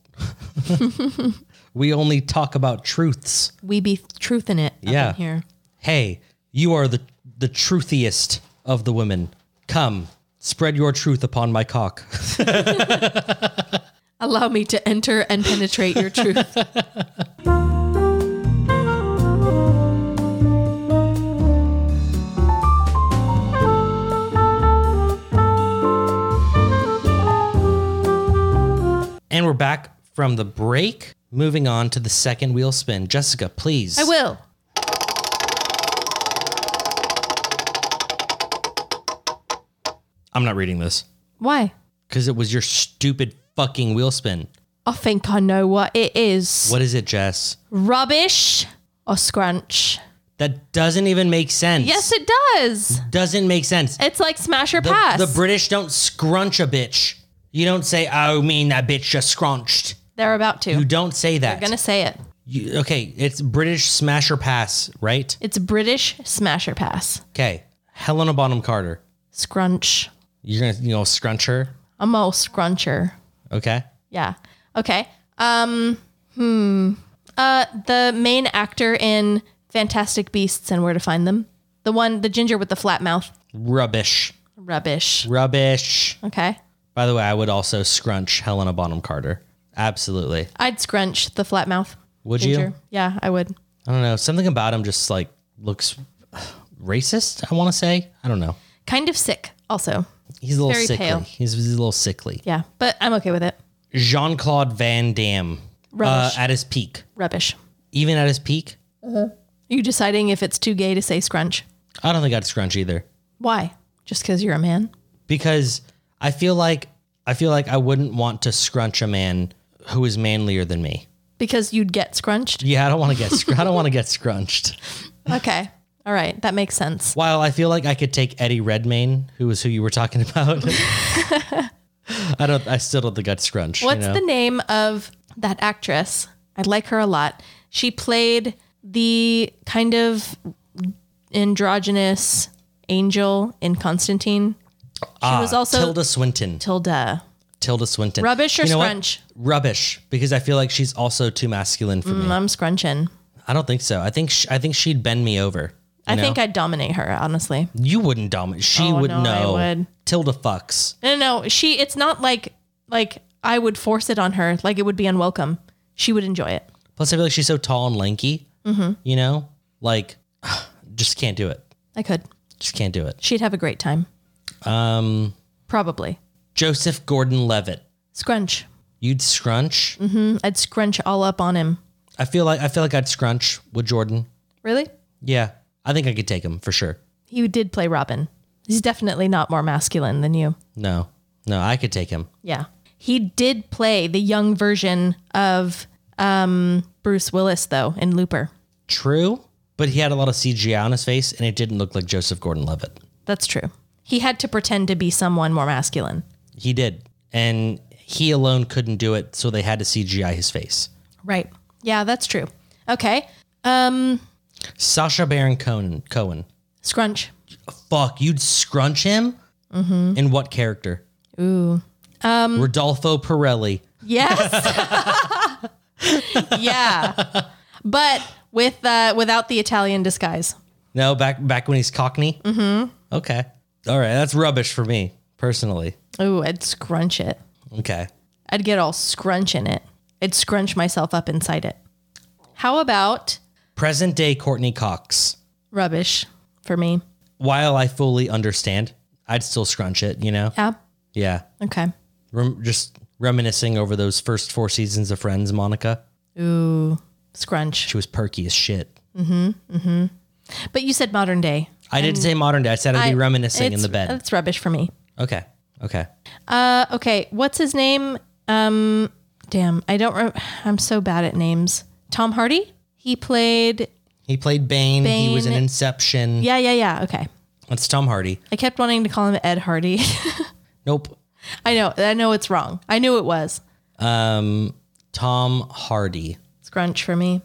we only talk about truths. We be truth in it. up Yeah. in here. Hey, you are the the truthiest of the women. Come, spread your truth upon my cock. Allow me to enter and penetrate your truth. and we're back from the break. Moving on to the second wheel spin. Jessica, please. I will. I'm not reading this Why? because it was your stupid fucking wheel spin. I think I know what it is. What is it, Jess? Rubbish or scrunch? That doesn't even make sense. Yes, it does. doesn't make sense. It's like smash or The, pass. the British don't scrunch a bitch. You don't say, "Oh, mean that bitch just scrunched." They're about to. You don't say that. I'm gonna say it. You- okay, it's British smash or pass, right? It's British smash or pass. Okay, Helena Bonham Carter. Scrunch. You're gonna, you know, scrunch her. I'm all scruncher. Okay. Yeah. Okay. Um. Hmm. Uh. The main actor in Fantastic Beasts and Where to Find Them. The one, the ginger with the flat mouth. Rubbish. Rubbish. Rubbish. Okay. By the way, I would also scrunch Helena Bonham Carter. Absolutely. I'd scrunch the flat mouth. Would ginger. you? Yeah, I would. I don't know. Something about him just like looks racist, I want to say. I don't know. Kind of sick, also. He's a little Very sickly. pale. He's, he's a little sickly. Yeah, but I'm okay with it. Jean Claude Van Damme uh, Rubbish. at his peak. Rubbish. Even at his peak, Are you deciding if it's too gay to say scrunch? I don't think I'd scrunch either Why? Just because you're a man? because I feel like I feel like I wouldn't want to scrunch a man who is manlier than me. Because you'd get scrunched? Yeah, I don't want to get scr- I don't want to get scrunched. Okay. All right. That makes sense. While I feel like I could take Eddie Redmayne, who was who you were talking about. I don't. I still don't think I'd scrunch. What's you know? the name of that actress? I like her a lot. She played the kind of androgynous angel in Constantine. She was also Ah, Tilda Swinton? Tilda. Tilda Swinton. Rubbish or You know what? scrunch? Rubbish, because I feel like she's also too masculine for me. Mm, I'm scrunching. I don't think so. I think sh- I think she'd bend me over. I think I'd dominate her, honestly. You wouldn't dominate. She Oh, would no, I know. would. Tilda fucks. No, no, no. She. It's not like like I would force it on her. Like it would be unwelcome. She would enjoy it. Plus, I feel like she's so tall and lanky. Mm-hmm. You know, like just can't do it. I could. Just can't do it. She'd have a great time. Um, Probably. Joseph Gordon-Levitt. Scrunch. Mm, You'd scrunch. I'd scrunch all up on him. I feel like I feel like I'd scrunch with Jordan. Really? Yeah, I think I could take him for sure. He did play Robin. He's definitely not more masculine than you. No, no, I could take him. Yeah. He did play the young version of um, Bruce Willis, though, in Looper. True, but he had a lot of CGI on his face, and it didn't look like Joseph Gordon-Levitt. That's true. He had to pretend to be someone more masculine. He did, and he alone couldn't do it, so they had to CGI his face. Right. Yeah, that's true. Okay. Sasha Baron Cohen. Cohen. Scrunch. Fuck, you'd scrunch him. In what character? Mm-hmm. Ooh. Um, Rodolfo Pirelli. Yes. yeah. But with uh, without the Italian disguise. No, back back when he's Cockney. Mm-hmm. Okay. All right, that's rubbish for me personally. Ooh, I'd scrunch it. Okay. I'd get all scrunch in it. I'd scrunch myself up inside it. How about Present day Courtney Cox. rubbish for me? While I fully understand, I'd still scrunch it. You know. Yeah. Yeah. Okay. Rem- just reminiscing over those first four seasons of Friends. Monica, Ooh, scrunch. she was perky as shit. But you said modern day. I didn't say modern day. I said I'd be I- reminiscing in It's- the bed. That's rubbish for me. Okay. Okay. Uh, okay. What's his name? Um, damn, I don't. Re- I'm so bad at names. Tom Hardy. He played. He played Bane. He was in Bane. Inception. Yeah, yeah, yeah. Okay. That's Tom Hardy. I kept wanting to call him Ed Hardy. Nope. I know. I know it's wrong. I knew it was Um, Tom Hardy. scrunch for me.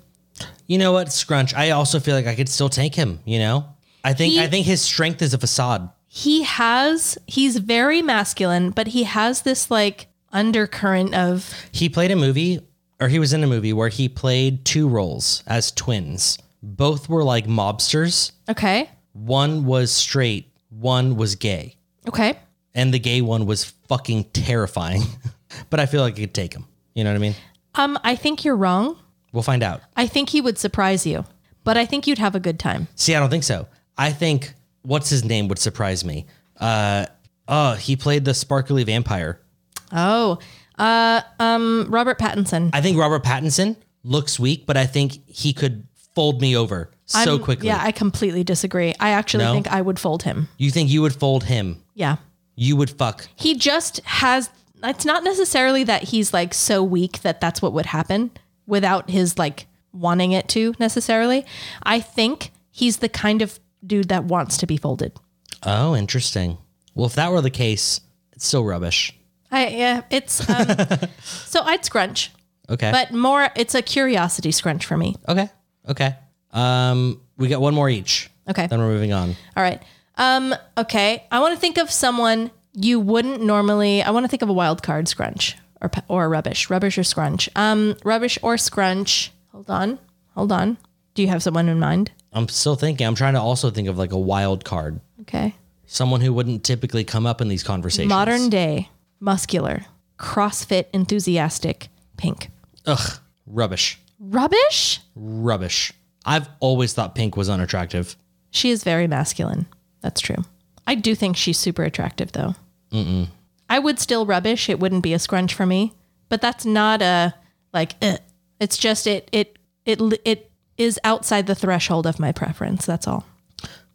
You know what, Scrunch? I also feel like I could still take him. You know, I think He- I think his strength is a facade. he has he's very masculine but he has this like undercurrent of He played a movie, or he was in a movie where he played two roles as twins. Both were like mobsters. okay One was straight. One was gay, okay and the gay one was fucking terrifying. but I feel like I could take him. You know what I mean? um i think you're wrong We'll find out. i think he would surprise you but i think you'd have a good time See, I don't think so. I think what's his name would surprise me. Uh, oh, he played the sparkly vampire. oh uh um robert pattinson I think Robert Pattinson looks weak, but I think he could fold me over so I'm- quickly. yeah i completely disagree i actually No? think i would fold him You think you would fold him? yeah You would fuck. he just has It's not necessarily that he's like so weak that that's what would happen without his like wanting it to necessarily. I think he's the kind of dude that wants to be folded. Oh, interesting. Well, if that were the case, it's still rubbish. I yeah, it's um, so I'd scrunch, Okay. but more it's a curiosity scrunch for me. okay. Okay. Um, we got one more each. Okay. Then we're moving on. All right. Um, okay. I want to think of someone you wouldn't normally. I want to think of a wild card scrunch or pe- or rubbish, rubbish or scrunch. Um, rubbish or scrunch. Hold on. Hold on. Do you have someone in mind? I'm still thinking. I'm trying to also think of like a wild card, Okay. someone who wouldn't typically come up in these conversations. Modern day, muscular, CrossFit enthusiastic, pink. Ugh. Rubbish. Rubbish. Rubbish. I've always thought pink was unattractive. She is very masculine. That's true. I do think she's super attractive, though. Mm-mm. I would still rubbish. It wouldn't be a scrunch for me, but that's not a like. eh. It's just it it it li- it is outside the threshold of my preference. That's all.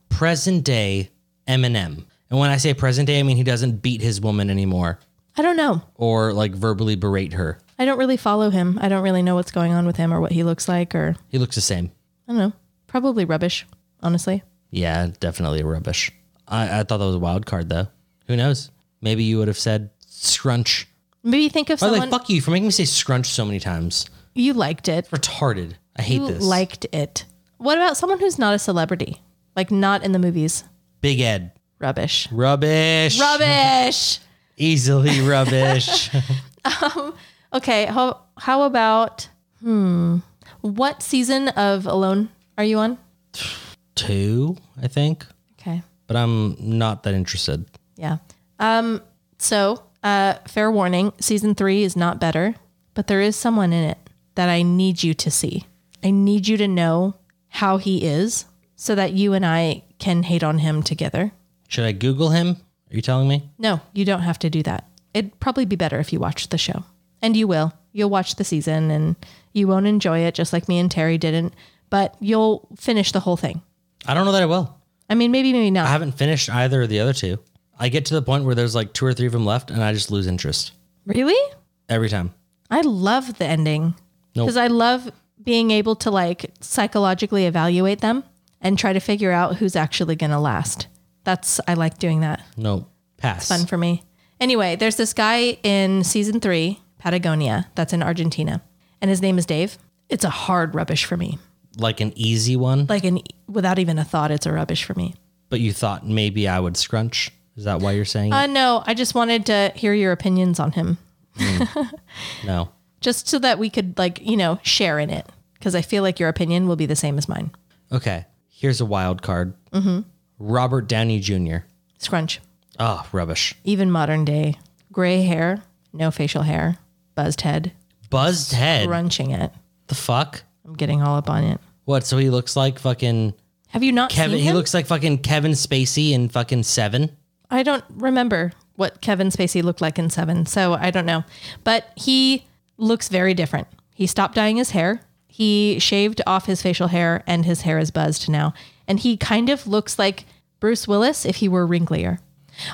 Present day Eminem. And when I say present day, I mean he doesn't beat his woman anymore I don't know. or like verbally berate her. I don't really follow him. I don't really know what's going on with him or what he looks like or He looks the same. I don't know. Probably rubbish, honestly. Yeah, definitely rubbish. I, I thought that was a wild card though. Who knows? Maybe you would have said scrunch. Maybe think of I was someone like, fuck you for making me say scrunch so many times. you liked it. Retarded. I hate You this. liked it. What about someone who's not a celebrity? Like not in the movies. Big Ed. Rubbish. Rubbish. Rubbish. Easily rubbish. Okay, how how about hmm what season of Alone are you on? Two, I think. Okay. But I'm not that interested. Yeah. Um so, uh fair warning, season 3 is not better, but there is someone in it that I need you to see. I need you to know how he is so that you and I can hate on him together. Should I Google him? Are you telling me? No, you don't have to do that. It'd probably be better if you watched the show. And you will. You'll watch the season and you won't enjoy it just like me and Terry didn't, but you'll finish the whole thing. I don't know that I will. I mean, maybe, maybe I not. haven't finished either of the other two. I get to the point where there's like two or three of them left and I just lose interest Really? every time. I love the ending Nope. because I love being able to like psychologically evaluate them and try to figure out who's actually going to last. That's, I like doing that. No. Pass. fun for me. Anyway, there's this guy in season three, Patagonia, that's in Argentina, and his name is Dave. It's a hard rubbish for me. Like an easy one. Like, an, without even a thought, it's a rubbish for me. But you thought maybe I would scrunch? Is that why you're saying Uh, no, I just wanted to hear your opinions on him, it? No. just so that we could, like, you know, share in it, because I feel like your opinion will be the same as mine. Okay. Here's a wild card. Mm-hmm. Robert Downey Jr. Scrunch, Oh, rubbish. even modern day, gray hair, no facial hair, buzzed head, Buzzed head. crunching it. The fuck? I'm getting all up on it. What? So he looks like fucking Have you not Kevin. seen He him? looks like fucking Kevin Spacey in fucking Seven. I don't remember what Kevin Spacey looked like in Seven, so I don't know. But he looks very different. He stopped dyeing his hair. He shaved off his facial hair, and his hair is buzzed now. And he kind of looks like Bruce Willis if he were wrinklier.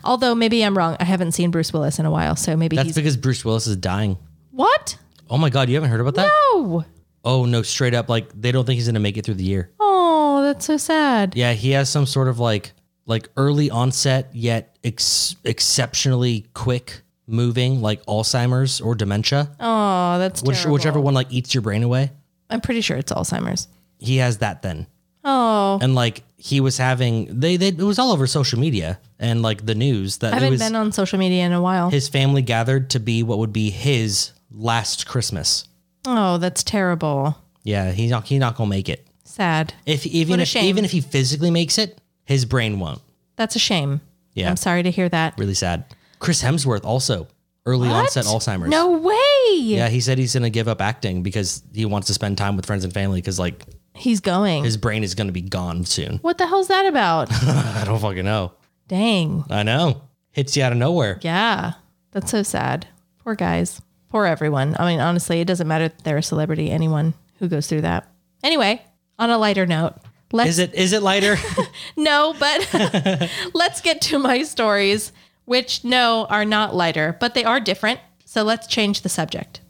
Although maybe I'm wrong. I haven't seen Bruce Willis in a while, so maybe That's he's because Bruce Willis is dying. what? Oh my god, you haven't heard about that? Oh, Oh no, straight up, like they don't think he's gonna make it through the year. oh, that's so sad. Yeah, he has some sort of like like early onset yet ex- exceptionally quick moving like Alzheimer's or dementia, Oh, that's which, terrible. whichever one like eats your brain away. I'm pretty sure it's Alzheimer's. He has that then. Oh, and like he was having they, they it was all over social media and like the news I that it haven't was been on social media in a while. his family gathered to be what would be his last Christmas. oh, that's terrible. Yeah, he's not he's not gonna make it. Sad. If even a if, shame. even if he physically makes it, his brain won't. That's a shame. Yeah. I'm sorry to hear that. Really sad. Chris Hemsworth also early onset Alzheimer's. No way. Yeah, he said he's gonna give up acting because he wants to spend time with friends and family because like He's going. his brain is gonna be gone soon. what the hell's that about? I don't fucking know. Dang. I know. Hits you out of nowhere. Yeah. That's so sad. Poor guys. Poor everyone. I mean, honestly, it doesn't matter if they're a celebrity, anyone who goes through that. Anyway, on a lighter note, let's Is it is it lighter? no, but let's get to my stories, which no are not lighter, but they are different. So let's change the subject.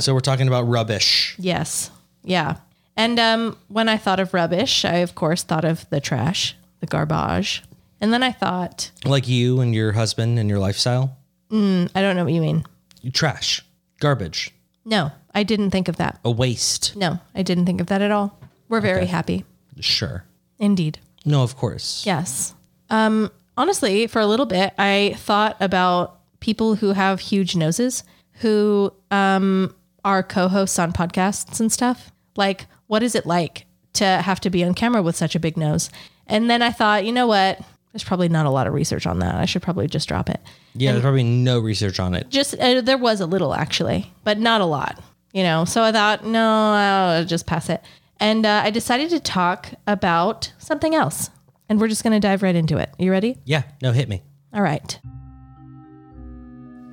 So we're talking about rubbish. Yes. Yeah. And um, when I thought of rubbish, I of course thought of the trash, the garbage. And then I thought, Like you and your husband and your lifestyle. I don't know what you mean. You trash. Garbage. No, I didn't think of that. A waste. No, I didn't think of that at all. We're very happy. Sure. Indeed. No, of course. Yes. Um, honestly, for a little bit, I thought about people who have huge noses who um, are co hosts on podcasts and stuff. Like, what is it like to have to be on camera with such a big nose? And then I thought, you know what? There's probably not a lot of research on that. I should probably just drop it. Yeah, there's probably no research on it. Just uh, there was a little actually, but not a lot, you know. So I thought, no, I'll just pass it. And uh, I decided to talk about something else, and we're just going to dive right into it. You ready? Yeah, no, hit me. All right.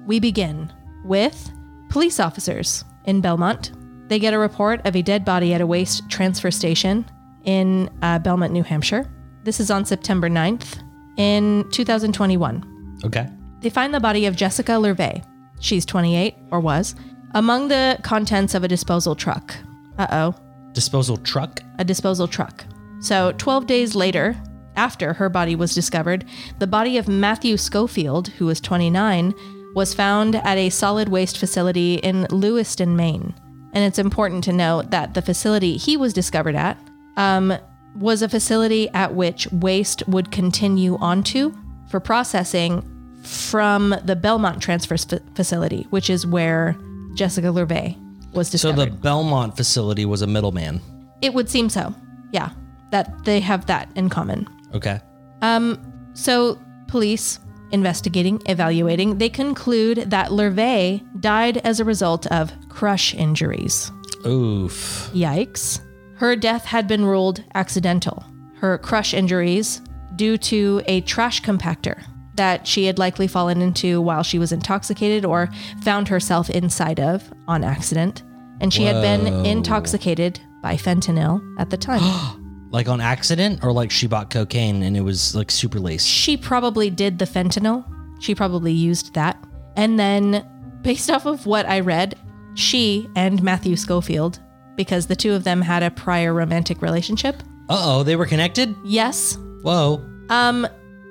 We begin with police officers in Belmont. They get a report of a dead body at a waste transfer station in uh, Belmont, New Hampshire. This is on September 9th in 2021. Okay. They find the body of Jessica Lervais. She's 28, or was, among the contents of a disposal truck. Uh oh, Disposal truck. a disposal truck. So, 12 days later, after her body was discovered, the body of Matthew Schofield, who was 29, was found at a solid waste facility in Lewiston, Maine. And it's important to note that the facility he was discovered at um, was a facility at which waste would continue onto for processing from the Belmont Transfer Sp- Facility, which is where Jessica Lervais was So discovered. the Belmont facility was a middleman. It would seem so. Yeah. That they have that in common. Okay. So, police investigating, evaluating, they conclude that Lervais died as a result of crush injuries. Oof. Yikes. Her death had been ruled accidental. Her crush injuries due to a trash compactor that she had likely fallen into while she was intoxicated or found herself inside of on accident. And she had been intoxicated by fentanyl at the time. Like on accident or like she bought cocaine and it was like super laced. she probably did the fentanyl. She probably used that. And then, based off of what I read, she and Matthew Schofield, because the two of them had a prior romantic relationship, Uh oh, they were connected? yes, Whoa.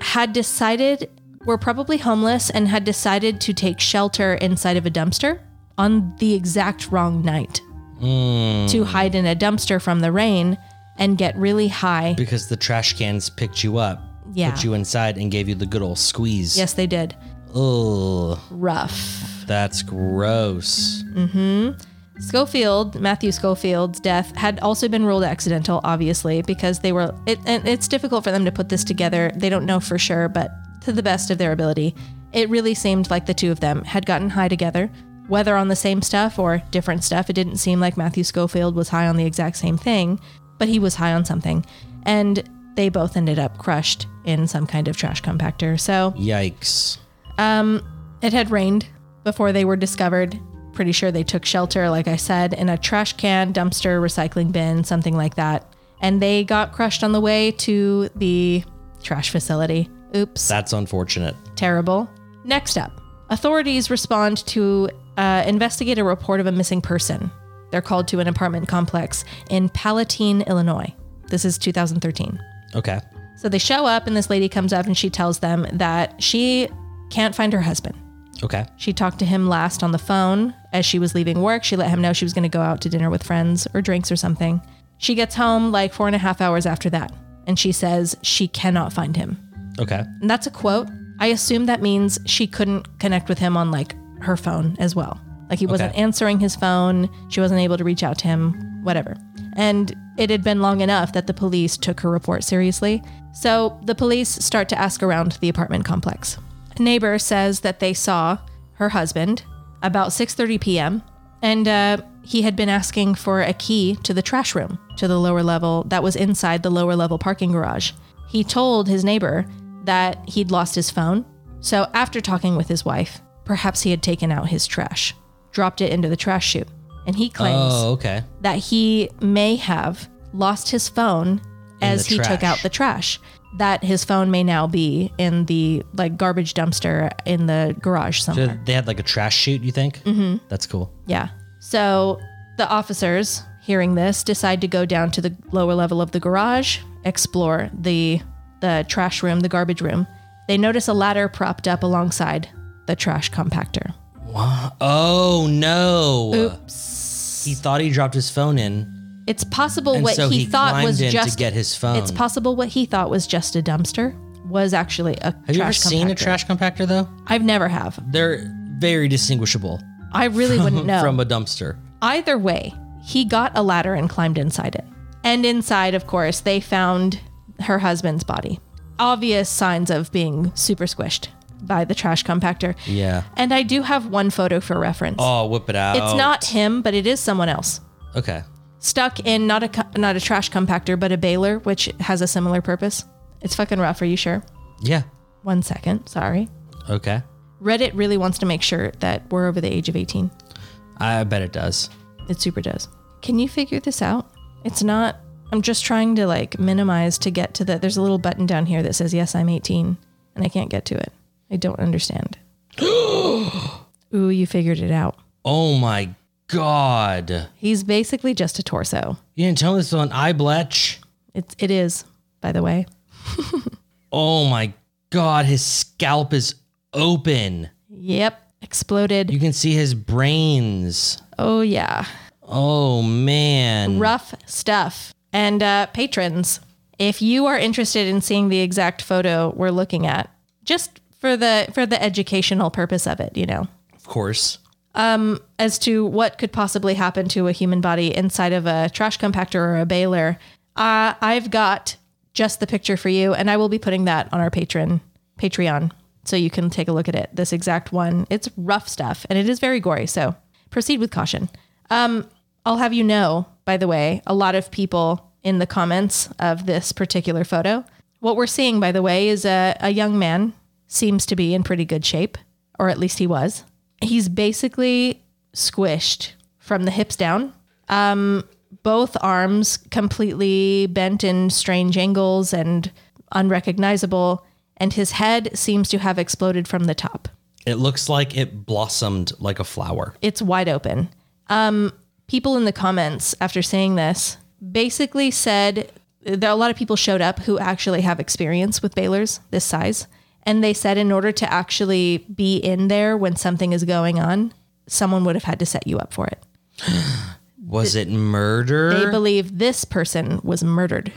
had decided, were probably homeless and had decided to take shelter inside of a dumpster on the exact wrong night to hide in a dumpster from the rain and get really high. Because the trash cans picked you up, Yeah. put you inside, and gave you the good old squeeze. Yes, they did. Ugh, Rough. that's gross. Schofield, Matthew Schofield's death had also been ruled accidental, obviously, because they were. It, and it's difficult for them to put this together. They don't know for sure, but to the best of their ability, it really seemed like the two of them had gotten high together, whether on the same stuff or different stuff. It didn't seem like Matthew Schofield was high on the exact same thing, but he was high on something, and they both ended up crushed in some kind of trash compactor. So Yikes. it had rained before they were discovered. Pretty sure they took shelter, like I said, in a trash can, dumpster, recycling bin, something like that. And they got crushed on the way to the trash facility. Oops, That's unfortunate. terrible. Next up, authorities respond to uh, investigate a report of a missing person. They're called to an apartment complex in Palatine, Illinois. This is 2013. Okay. So they show up, and this lady comes up and she tells them that she can't find her husband. Okay. She talked to him last on the phone as she was leaving work. She let him know she was going to go out to dinner with friends or drinks or something. She gets home like four and a half hours after that, and she says she cannot find him. Okay. And that's a quote. I assume that means she couldn't connect with him on like her phone as well. Like he wasn't Okay. answering his phone, she wasn't able to reach out to him, whatever. And it had been long enough that the police took her report seriously. So the police start to ask around the apartment complex. A neighbor says that they saw her husband about 6:30 p.m. and uh, he had been asking for a key to the trash room to the lower level that was inside the lower level parking garage. He told his neighbor that he'd lost his phone, so after talking with his wife, perhaps he had taken out his trash, dropped it into the trash chute, and he claims Oh, okay. that he may have lost his phone as the he took trash. out the trash. that his phone may now be in the like garbage dumpster in the garage somewhere. They they had like a trash chute, you think? Mm-hmm. That's cool. Yeah. So the officers, hearing this, decide to go down to the lower level of the garage, explore the the trash room, the garbage room. They notice a ladder propped up alongside the trash compactor. Oh no. Oops. He thought he dropped his phone in. It's possible And what so he, he thought climbed was in to just get his phone. It's possible what he thought was just a dumpster was actually a Have trash you ever seen a compactor. trash compactor though? I've never have. They're very distinguishable I really wouldn't know. from a dumpster. Either way, he got a ladder and climbed inside it. And inside, of course, they found her husband's body. Obvious signs of being super squished by the trash compactor. Yeah. And I do have one photo for reference. Oh, whip it out. It's not him, but it is someone else. Okay. Stuck in not a co- not a trash compactor, but a baler, which has a similar purpose. It's fucking rough. Are you sure? Yeah. One second. Sorry. Okay. Reddit really wants to make sure that we're over the age of 18. I bet it does. It super does. Can you figure this out? It's not. I'm just trying to like minimize to get to the. There's a little button down here that says, Yes, I'm 18, and I can't get to it. I don't understand. Ooh, you figured it out. Oh my god. He's basically just a torso. You didn't tell me this was on iBletch. It's, it is, by the way. Oh my god, his scalp is open. Yep. Exploded. You can see his brains. Oh, yeah. Oh man. rough stuff. And uh, patrons, if you are interested in seeing the exact photo we're looking at, just for the for the educational purpose of it, you know, Of course. as to what could possibly happen to a human body inside of a trash compactor or a baler, uh, I've got just the picture for you, and I will be putting that on our patron Patreon, so you can take a look at it. This exact one, it's rough stuff, and it is very gory. So proceed with caution. I'll have you know, by the way, a lot of people in the comments of this particular photo. What we're seeing, by the way, is a, a young man seems to be in pretty good shape, or at least he was. He's basically squished from the hips down. Um, both arms completely bent in strange angles and unrecognizable, and his head seems to have exploded from the top It looks like it blossomed like a flower. it's wide open. Um, people in the comments after seeing this basically said that a lot of people showed up who actually have experience with balers this size. And they said in order to actually be in there when something is going on, someone would have had to set you up for it. Was it They murder? believe this person was murdered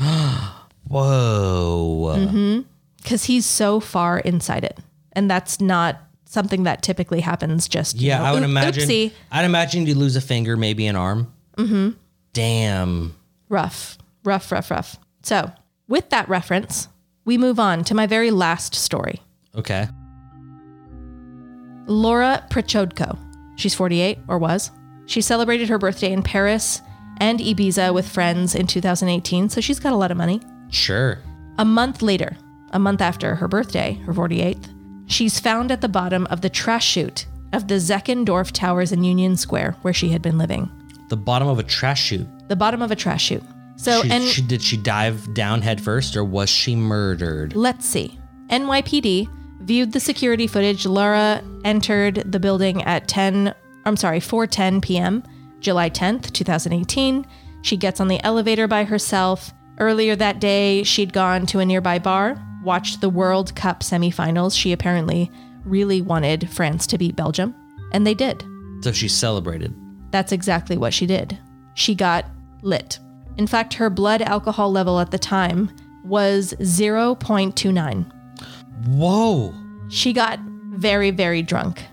Whoa. Mm-hmm. because he's so far inside it. And that's not something that typically happens just you Yeah, know, I would oop- imagine. oopsie I'd imagine you lose a finger, maybe an arm. Mm-hmm. Damn. rough, rough, rough, rough. So, with that reference, we move on to my very last story. Okay. Laura Prechodko. She's 48 or was. She celebrated her birthday in Paris and Ibiza with friends in 2018, so she's got a lot of money. Sure. A month later, a month after her birthday, her 48th, she's found at the bottom of the trash chute of the Zeckendorf Towers in Union Square where she had been living. The bottom of a trash chute. The bottom of a trash chute. So, she, and she- did she dive down headfirst, or was she murdered? Let's see. NYPD viewed the security footage. Laura entered the building at 10, I'm sorry, 4:10 p.m., July 10th, 2018. She gets on the elevator by herself. Earlier that day, she'd gone to a nearby bar, watched the World Cup semifinals. She apparently really wanted France to beat Belgium, and they did. So she celebrated. That's exactly what she did. She got lit. In fact, her blood alcohol level at the time was 0.29. Whoa. She got very, very drunk.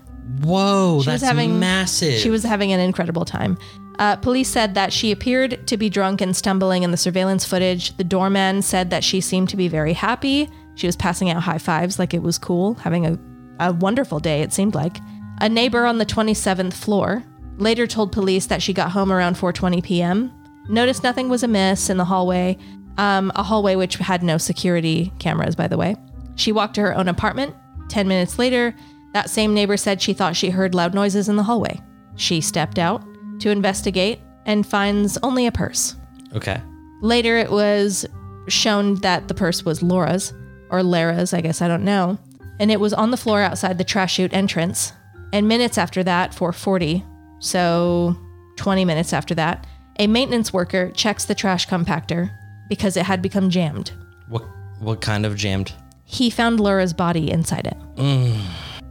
Whoa. was that's having- massive. She was having an incredible time. Uh, police said that she appeared to be drunk and stumbling in the surveillance footage. The doorman said that she seemed to be very happy. She was passing out high fives like it was cool, having a, a wonderful day, it seemed like. A neighbor on the 27th floor later told police that she got home around 4.20 p.m. Noticed nothing was amiss in the hallway, um, a hallway which had no security cameras, by the way. She walked to her own apartment. Ten minutes later, that same neighbor said she thought she heard loud noises in the hallway. She stepped out to investigate and finds only a purse. okay. Later, it was shown that the purse was Laura's or Lara's, I guess, I don't know. And it was on the floor outside the trash chute entrance. And minutes after that, 440, so 20 minutes after that, a maintenance worker checks the trash compactor because it had become jammed. What what kind of jammed? He found Laura's body inside it.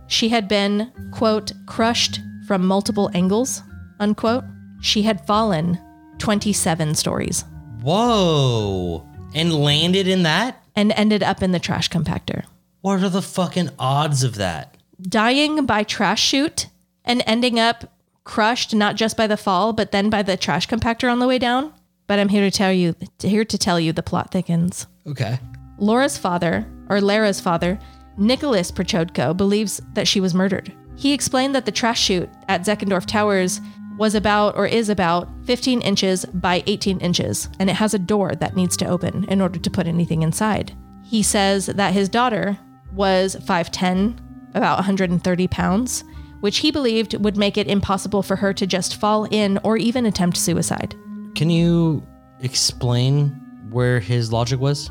She had been, quote, crushed from multiple angles, unquote. She had fallen 27 stories Whoa! And landed in that? and ended up in the trash compactor. What are the fucking odds of that? dying by trash chute and ending up crushed not just by the fall but then by the trash compactor on the way down but i'm here to tell you here to tell you the plot thickens Okay. laura's father or lara's father nicholas prochodko believes that she was murdered he explained that the trash chute at zeckendorf towers was about or is about 15 inches by 18 inches and it has a door that needs to open in order to put anything inside he says that his daughter was 5'10 about 130 pounds, which he believed would make it impossible for her to just fall in or even attempt suicide. Can you explain where his logic was?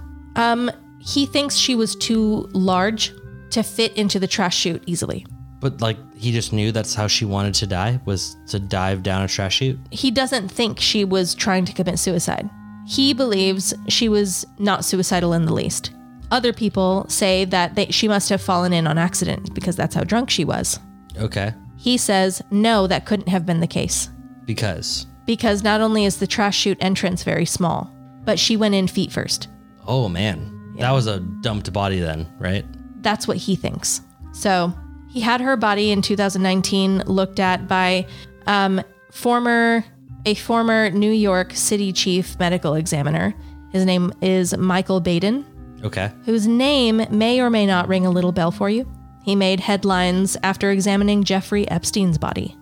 He thinks she was too large to fit into the trash chute easily. But like he just knew that's how she wanted to die was to dive down a trash chute. He doesn't think she was trying to commit suicide. He believes she was not suicidal in the least. Other people say that they, she must have fallen in on accident because that's how drunk she was. Okay. He says, no, that couldn't have been the case. Because because not only is the trash chute entrance very small, but she went in feet first. oh man, that was a dumped body then, right? That's what he thinks. So he had her body in 2019 looked at by um, former a former New York City chief medical examiner. His name is Michael Baden, Okay. whose name may or may not ring a little bell for you. He made headlines after examining Jeffrey Epstein's body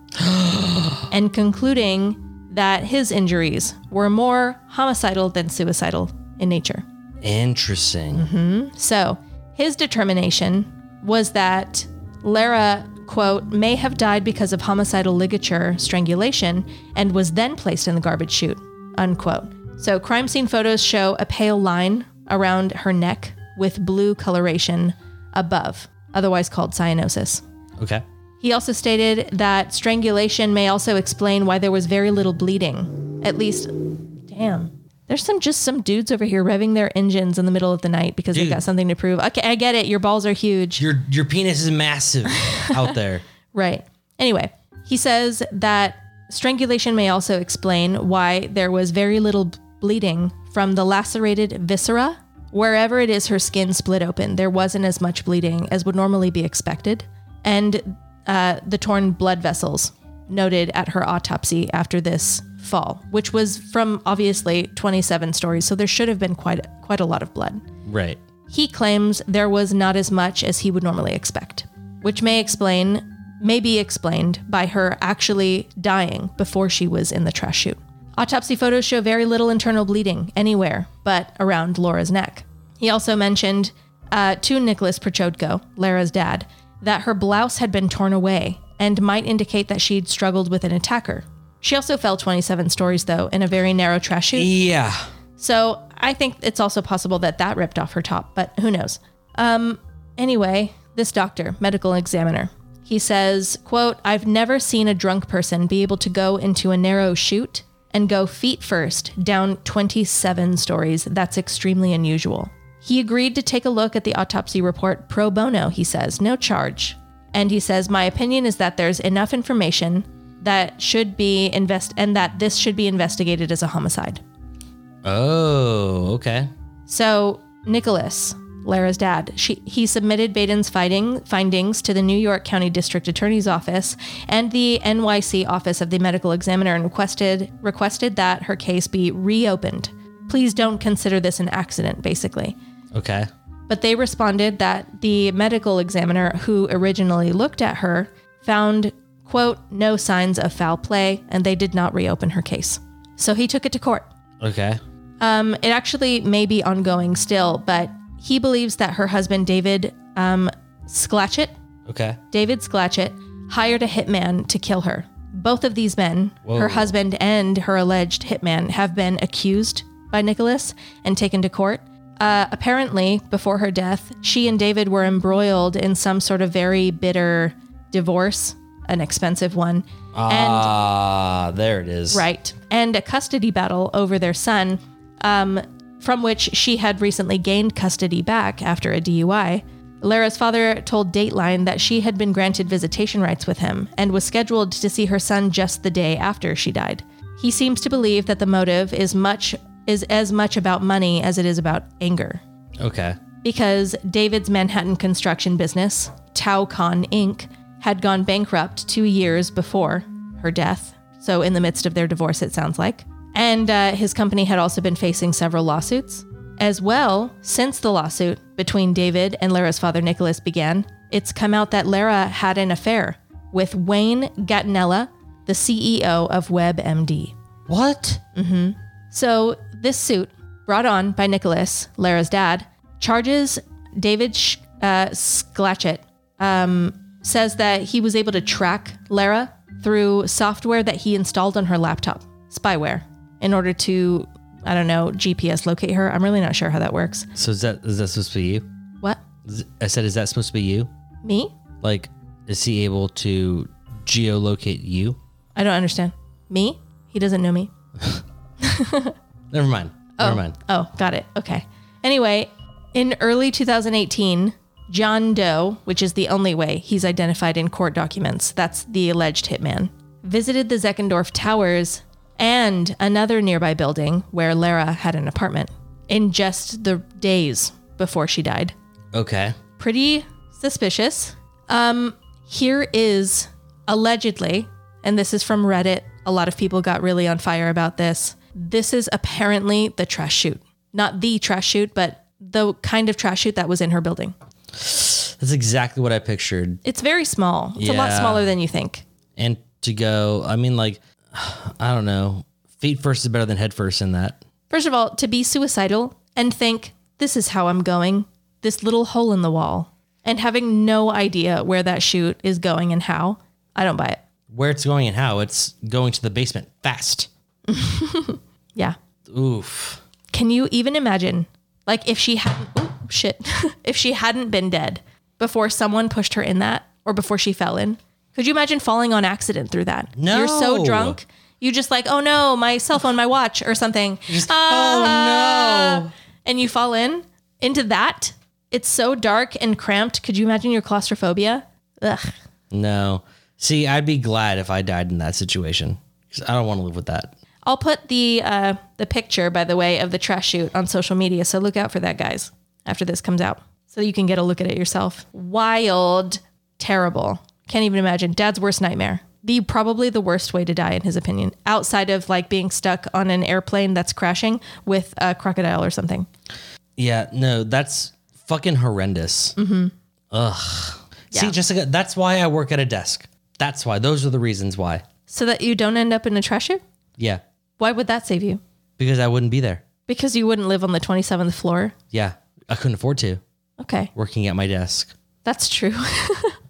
and concluding that his injuries were more homicidal than suicidal in nature. Interesting. So his determination was that Lara, quote, may have died because of homicidal ligature strangulation and was then placed in the garbage chute, unquote. So crime scene photos show a pale line around her neck with blue coloration above, otherwise called cyanosis. Okay. He also stated that strangulation may also explain why there was very little bleeding. At least, damn. There's some just some dudes over here revving their engines in the middle of the night because Dude. they've got something to prove. Okay, I get it. Your balls are huge. Your your penis is massive out there. right. Anyway, he says that strangulation may also explain why there was very little b- bleeding from the lacerated viscera. Wherever it is her skin split open, there wasn't as much bleeding as would normally be expected. And uh, the torn blood vessels noted at her autopsy after this fall, which was from obviously 27 stories. So there should have been quite, quite a lot of blood. Right. He claims there was not as much as he would normally expect, which may explain may be explained by her actually dying before she was in the trash chute. Autopsy photos show very little internal bleeding anywhere but around Laura's neck. He also mentioned uh, to Nicholas Prochodko, Lara's dad, that her blouse had been torn away and might indicate that she'd struggled with an attacker. She also fell 27 stories, though, in a very narrow trash chute. Yeah. So I think it's also possible that that ripped off her top, but who knows? Um, anyway, this doctor, medical examiner, he says, quote, I've never seen a drunk person be able to go into a narrow chute and go feet first down 27 stories. That's extremely unusual. He agreed to take a look at the autopsy report pro bono, he says, no charge. And he says, My opinion is that there's enough information that should be invest and that this should be investigated as a homicide. Oh, okay. So Nicholas, Lara's dad, she, he submitted Baden's finding, findings to the New York County District Attorney's Office and the NYC Office of the Medical Examiner and requested requested that her case be reopened. Please don't consider this an accident, basically. Okay. But they responded that the medical examiner who originally looked at her found, quote, no signs of foul play, and they did not reopen her case. So he took it to court. Okay. Um, it actually may be ongoing still, but he believes that her husband, David um, Sklatchit, Okay. David Sklatchit, hired a hitman to kill her. Both of these men, her husband and her alleged hitman, have been accused by Nicholas and taken to court. Uh, apparently, before her death, she and David were embroiled in some sort of very bitter divorce, an expensive one. and Ah, there it is. Right. And a custody battle over their son, um, from which she had recently gained custody back after a DUI. Lara's father told Dateline that she had been granted visitation rights with him and was scheduled to see her son just the day after she died. He seems to believe that the motive is much is as much about money as it is about anger Okay. because David's Manhattan construction business, Taucon Inc., had gone bankrupt two years before her death. So, in the midst of their divorce, it sounds like. And uh, his company had also been facing several lawsuits. As well, since the lawsuit between David and Lara's father, Nicholas, began, it's come out that Lara had an affair with Wayne Gattinella, the CEO of WebMD. What? So this suit, brought on by Nicholas, Lara's dad, charges David Sh- uh, Sklatchet, um, says that he was able to track Lara through software that he installed on her laptop, spyware, in order to, I don't know, GPS locate her. I'm really not sure how that works. So is that is that supposed to be you? What? Is- I said, is that supposed to be you? Me? Like, is he able to geolocate you? I don't understand. Me? He doesn't know me. Never mind. Never mind. Oh, got it. Okay. Anyway, in early 2018, John Doe, which is the only way he's identified in court documents, that's the alleged hitman, visited the Zeckendorf Towers and another nearby building where Lara had an apartment in just the days before she died. Okay. Pretty suspicious. Um, here is allegedly, and this is from Reddit. A lot of people got really on fire about this. This is apparently the trash chute. Not the trash chute, but the kind of trash chute that was in her building. That's exactly what I pictured. It's very small. It's a lot Yeah. smaller than you think. And to go, I mean, like, I don't know. Feet first is better than head first in that. First of all, to be suicidal and think, this is how I'm going, this little hole in the wall, and having no idea where that chute is going and how, I don't buy it. Where it's going and how it's going to the basement fast. Yeah. Oof. Can you even imagine? Like if she hadn't ooh, shit. if she hadn't been dead before someone pushed her in that or before she fell in. Could you imagine falling on accident through that? No. You're so drunk. You just like, oh no, my cell phone, my watch, or something. Ah. oh no. And you fall in into that. It's so dark and cramped. Could you imagine your claustrophobia? Ugh. No. See, I'd be glad if I died in that situation. 'Cause I don't want to live with that. I'll put the uh, the picture, by the way, of the trash chute on social media. So look out for that, guys. After this comes out, so you can get a look at it yourself. Wild, terrible. Can't even imagine. Dad's worst nightmare. The probably the worst way to die, in his opinion, outside of like being stuck on an airplane that's crashing with a crocodile or something. Yeah, no, that's fucking horrendous. Mm-hmm. Ugh. See, Yeah. Jessica, that's why I work at a desk. That's why. Those are the reasons why. So that you don't end up in a trash chute. Yeah, Why would that save you? because I wouldn't be there. Because you wouldn't live on the twenty seventh floor. Yeah, I couldn't afford to Okay, working at my desk. that's true.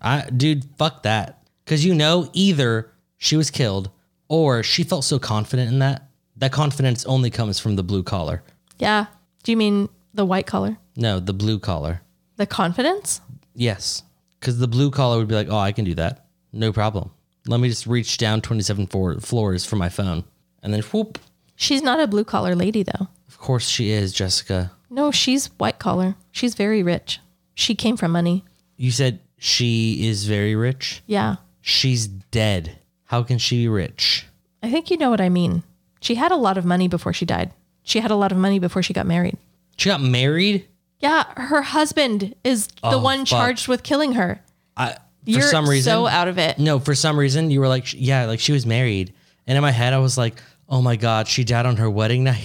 I, dude, fuck that. Because you know, either she was killed or she felt so confident in that. That confidence only comes from the blue collar. yeah. Do you mean the white collar? No, the blue collar. The confidence? Yes. Because the blue collar would be like, oh, I can do that. No problem. Let me just reach down 27 floor- floors for my phone. And then, whoop. She's not a blue collar lady, though. Of course she is, Jessica. No, she's white collar. She's very rich. She came from money. You said she is very rich. Yeah. She's dead. How can she be rich? I think you know what I mean. She had a lot of money before she died. She had a lot of money before she got married. She got married? Yeah, her husband is the one Oh, fuck. charged with killing her. I, for You're some reason. so out of it. No, for some reason you were like, sh- yeah, like she was married. And in my head, I was like, oh my God, she died on her wedding night.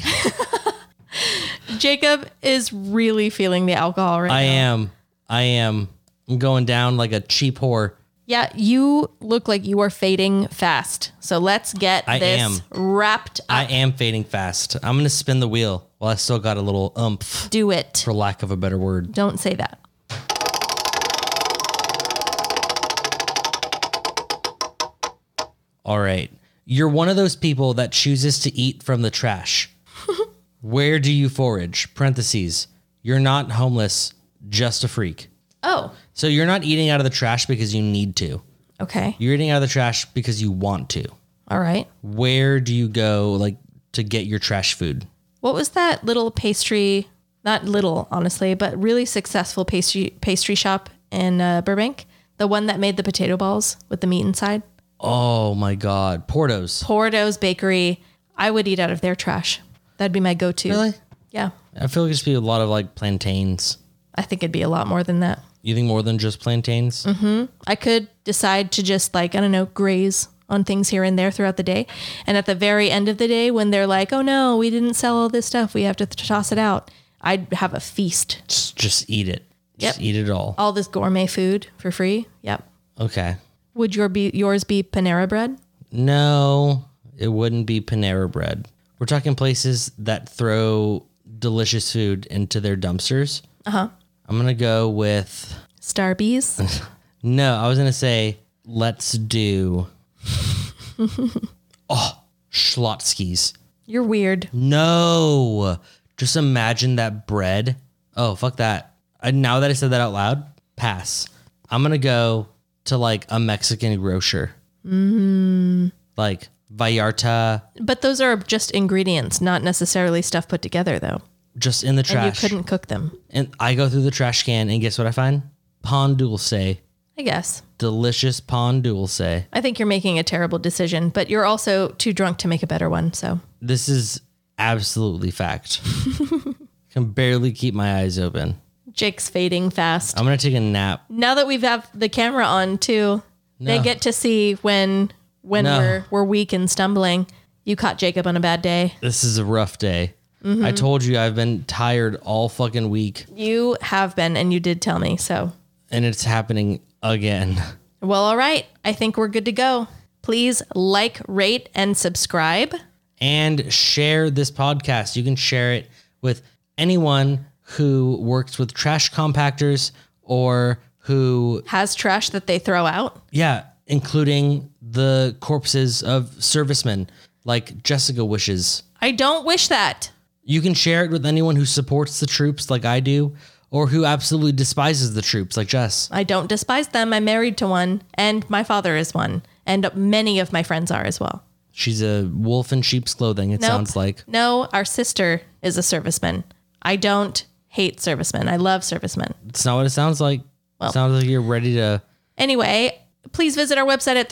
Jacob is really feeling the alcohol right I now. am. I am. I'm going down like a cheap whore. Yeah, you look like you are fading fast. So let's get I this am. wrapped up. I am fading fast. I'm going to spin the wheel while I still got a little umph, Do it. for lack of a better word. Don't say that. All right. You're one of those people that chooses to eat from the trash. Where do you forage? Parentheses. You're not homeless, just a freak. Oh, So you're not eating out of the trash because you need to. okay. You're eating out of the trash because you want to. All right. Where do you go like to get your trash food? What was that little pastry? Not little, honestly, but really successful pastry pastry shop in uh, Burbank. The one that made the potato balls with the meat inside. Oh my god, Portos. Porto's Bakery. I would eat out of their trash. That'd be my go-to. Really? Yeah. I feel like it's be a lot of like plantains. I think it'd be a lot more than that. You think more than just plantains? I could decide to just like, I don't know, graze on things here and there throughout the day. And at the very end of the day, when they're like, oh no, we didn't sell all this stuff, we have to th- toss it out, I'd have a feast. Just, just eat it. Just Yep. eat it all. All this gourmet food for free. Yep. Okay. Would your be yours be Panera bread? No, it wouldn't be Panera Bread. We're talking places that throw delicious food into their dumpsters. Uh huh. I'm gonna go with Starbucks? no. I was gonna say let's do. oh, Schlotsky's. You're weird. No, just imagine that bread. Oh fuck that! I, now that I said that out loud, pass. I'm gonna go to like a Mexican grocer, Mm-hmm. like Vallarta. But those are just ingredients, not necessarily stuff put together though. just in the You trash. And, couldn't cook them. I go through the trash can and guess what I find? Pan dulce. I guess. Delicious pan dulce. I think you're making a terrible decision, but you're also too drunk to make a better one, so This is absolutely fact. Can barely keep my eyes open. Jake's fading fast. I'm gonna take a nap. now that we've have the camera on too, they get to see when when No. we're we're weak and stumbling. You caught Jacob on a bad day. This is a rough day. I told you I've been tired all fucking week You have been, and you did tell me. So, and it's happening again. well, all right. I think we're good to go. Please like, rate, and subscribe. And share this podcast. You can share it with anyone who works with trash compactors or who Has trash that they throw out. Yeah, including the corpses of servicemen like Jessica wishes. I don't wish that. You can share it with anyone who supports the troops like I do or who absolutely despises the troops like Jess. I don't despise them. I'm married to one, and my father is one, and many of my friends are as well. She's a wolf in sheep's clothing, it sounds like. No, our sister is a serviceman. I don't hate servicemen. I love servicemen. It's not what it sounds like. sounds like you're ready to Anyway, please visit our website at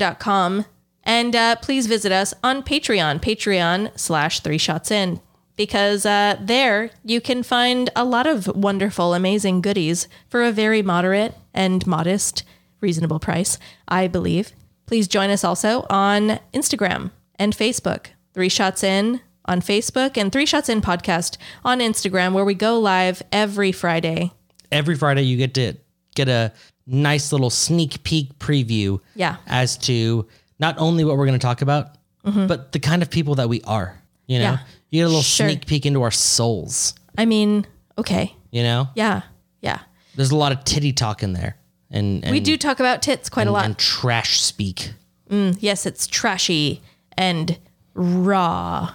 threeshotsin.com and uh, please visit us on Patreon, patreon slash three shots in, because uh, there you can find a lot of wonderful, amazing goodies for a very moderate and modest, reasonable price, I believe. Please join us also on Instagram and Facebook, Three Shots In on Facebook and Three Shots In Podcast on Instagram, where we go live every Friday. every Friday you get to get a nice little sneak peek preview Yeah. as to not only what we're going to talk about, but the kind of people that we are, you know. Mm-hmm. Yeah. You get a little Sure. sneak peek into our souls, I mean, okay. you know? Yeah. Yeah. There's a lot of titty talk in there, and, and We do talk about tits quite a lot. and trash speak. yes, it's trashy and raw,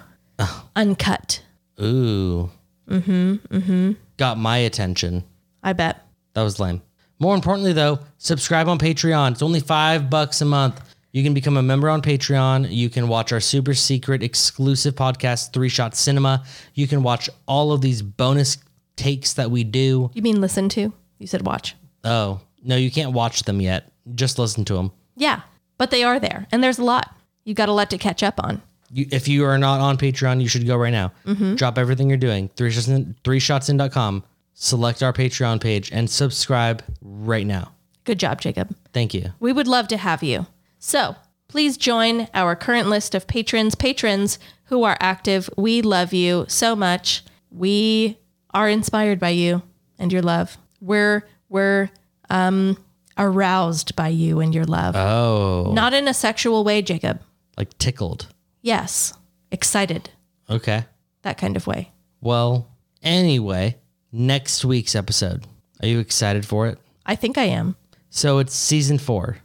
uncut. Ooh. Mm-hmm. Mm-hmm. mm-hmm. Got my attention. I bet. That was lame. More importantly, though, subscribe on Patreon. It's only five bucks a month. You can become a member on Patreon. You can watch our super secret exclusive podcast, Three Shot Cinema. You can watch all of these bonus takes that we do. You mean listen to? You said watch. Oh, no, you can't watch them yet. Just listen to them. Yeah, but they are there, and there's a lot. You've got a lot to catch up on. you, if you are not on Patreon, you should go right now. Drop everything you're doing. Three shots in, three shots in.com. Select our Patreon page and subscribe right now. Good job, Jacob. Thank you. We would love to have you. So please join our current list of patrons, patrons who are active. We love you so much. We are inspired by you and your love. We're we're um, aroused by you and your love. Oh, Not in a sexual way, Jacob. like tickled. Yes, excited, Okay. that kind of way. Well, anyway, next week's episode. Are you excited for it? I think I am. So it's season 4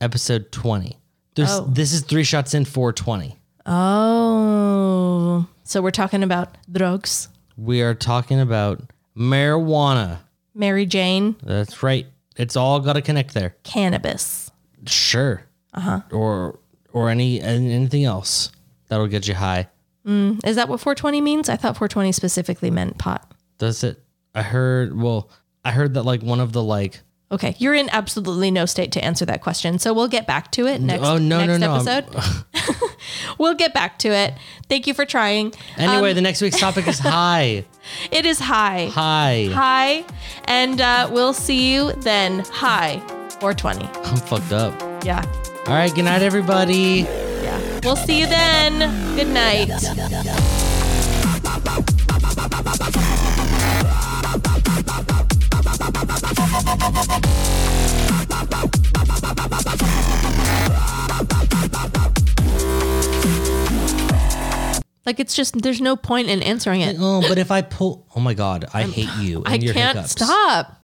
episode 20. There's, Mm-hmm. Oh. This is three shots in 420. Oh, so we're talking about drugs. We are talking about marijuana. Mary Jane, That's right. It's all got to connect there. cannabis. Sure. Uh-huh. Or or any an- anything else that'll get you high. Is that what 420 means? I thought 420 specifically meant pot. Does it? I heard. Well, I heard that like one of the like. Okay, you're in absolutely no state to answer that question, so we'll get back to it next, oh no next no no! I'm- episode. we'll get back to it. Thank you for trying. Um, Anyway, the next week's topic is high, It is high. high. Hi. And uh, we'll see you then. Hi. 420. I'm fucked up. All Yeah. right. Good night, everybody. Yeah. We'll see you then. Good night. Like it's just Um, there's no point in answering it. Oh, but if I pull, oh my god, I hate you and I your can't hiccups. stop.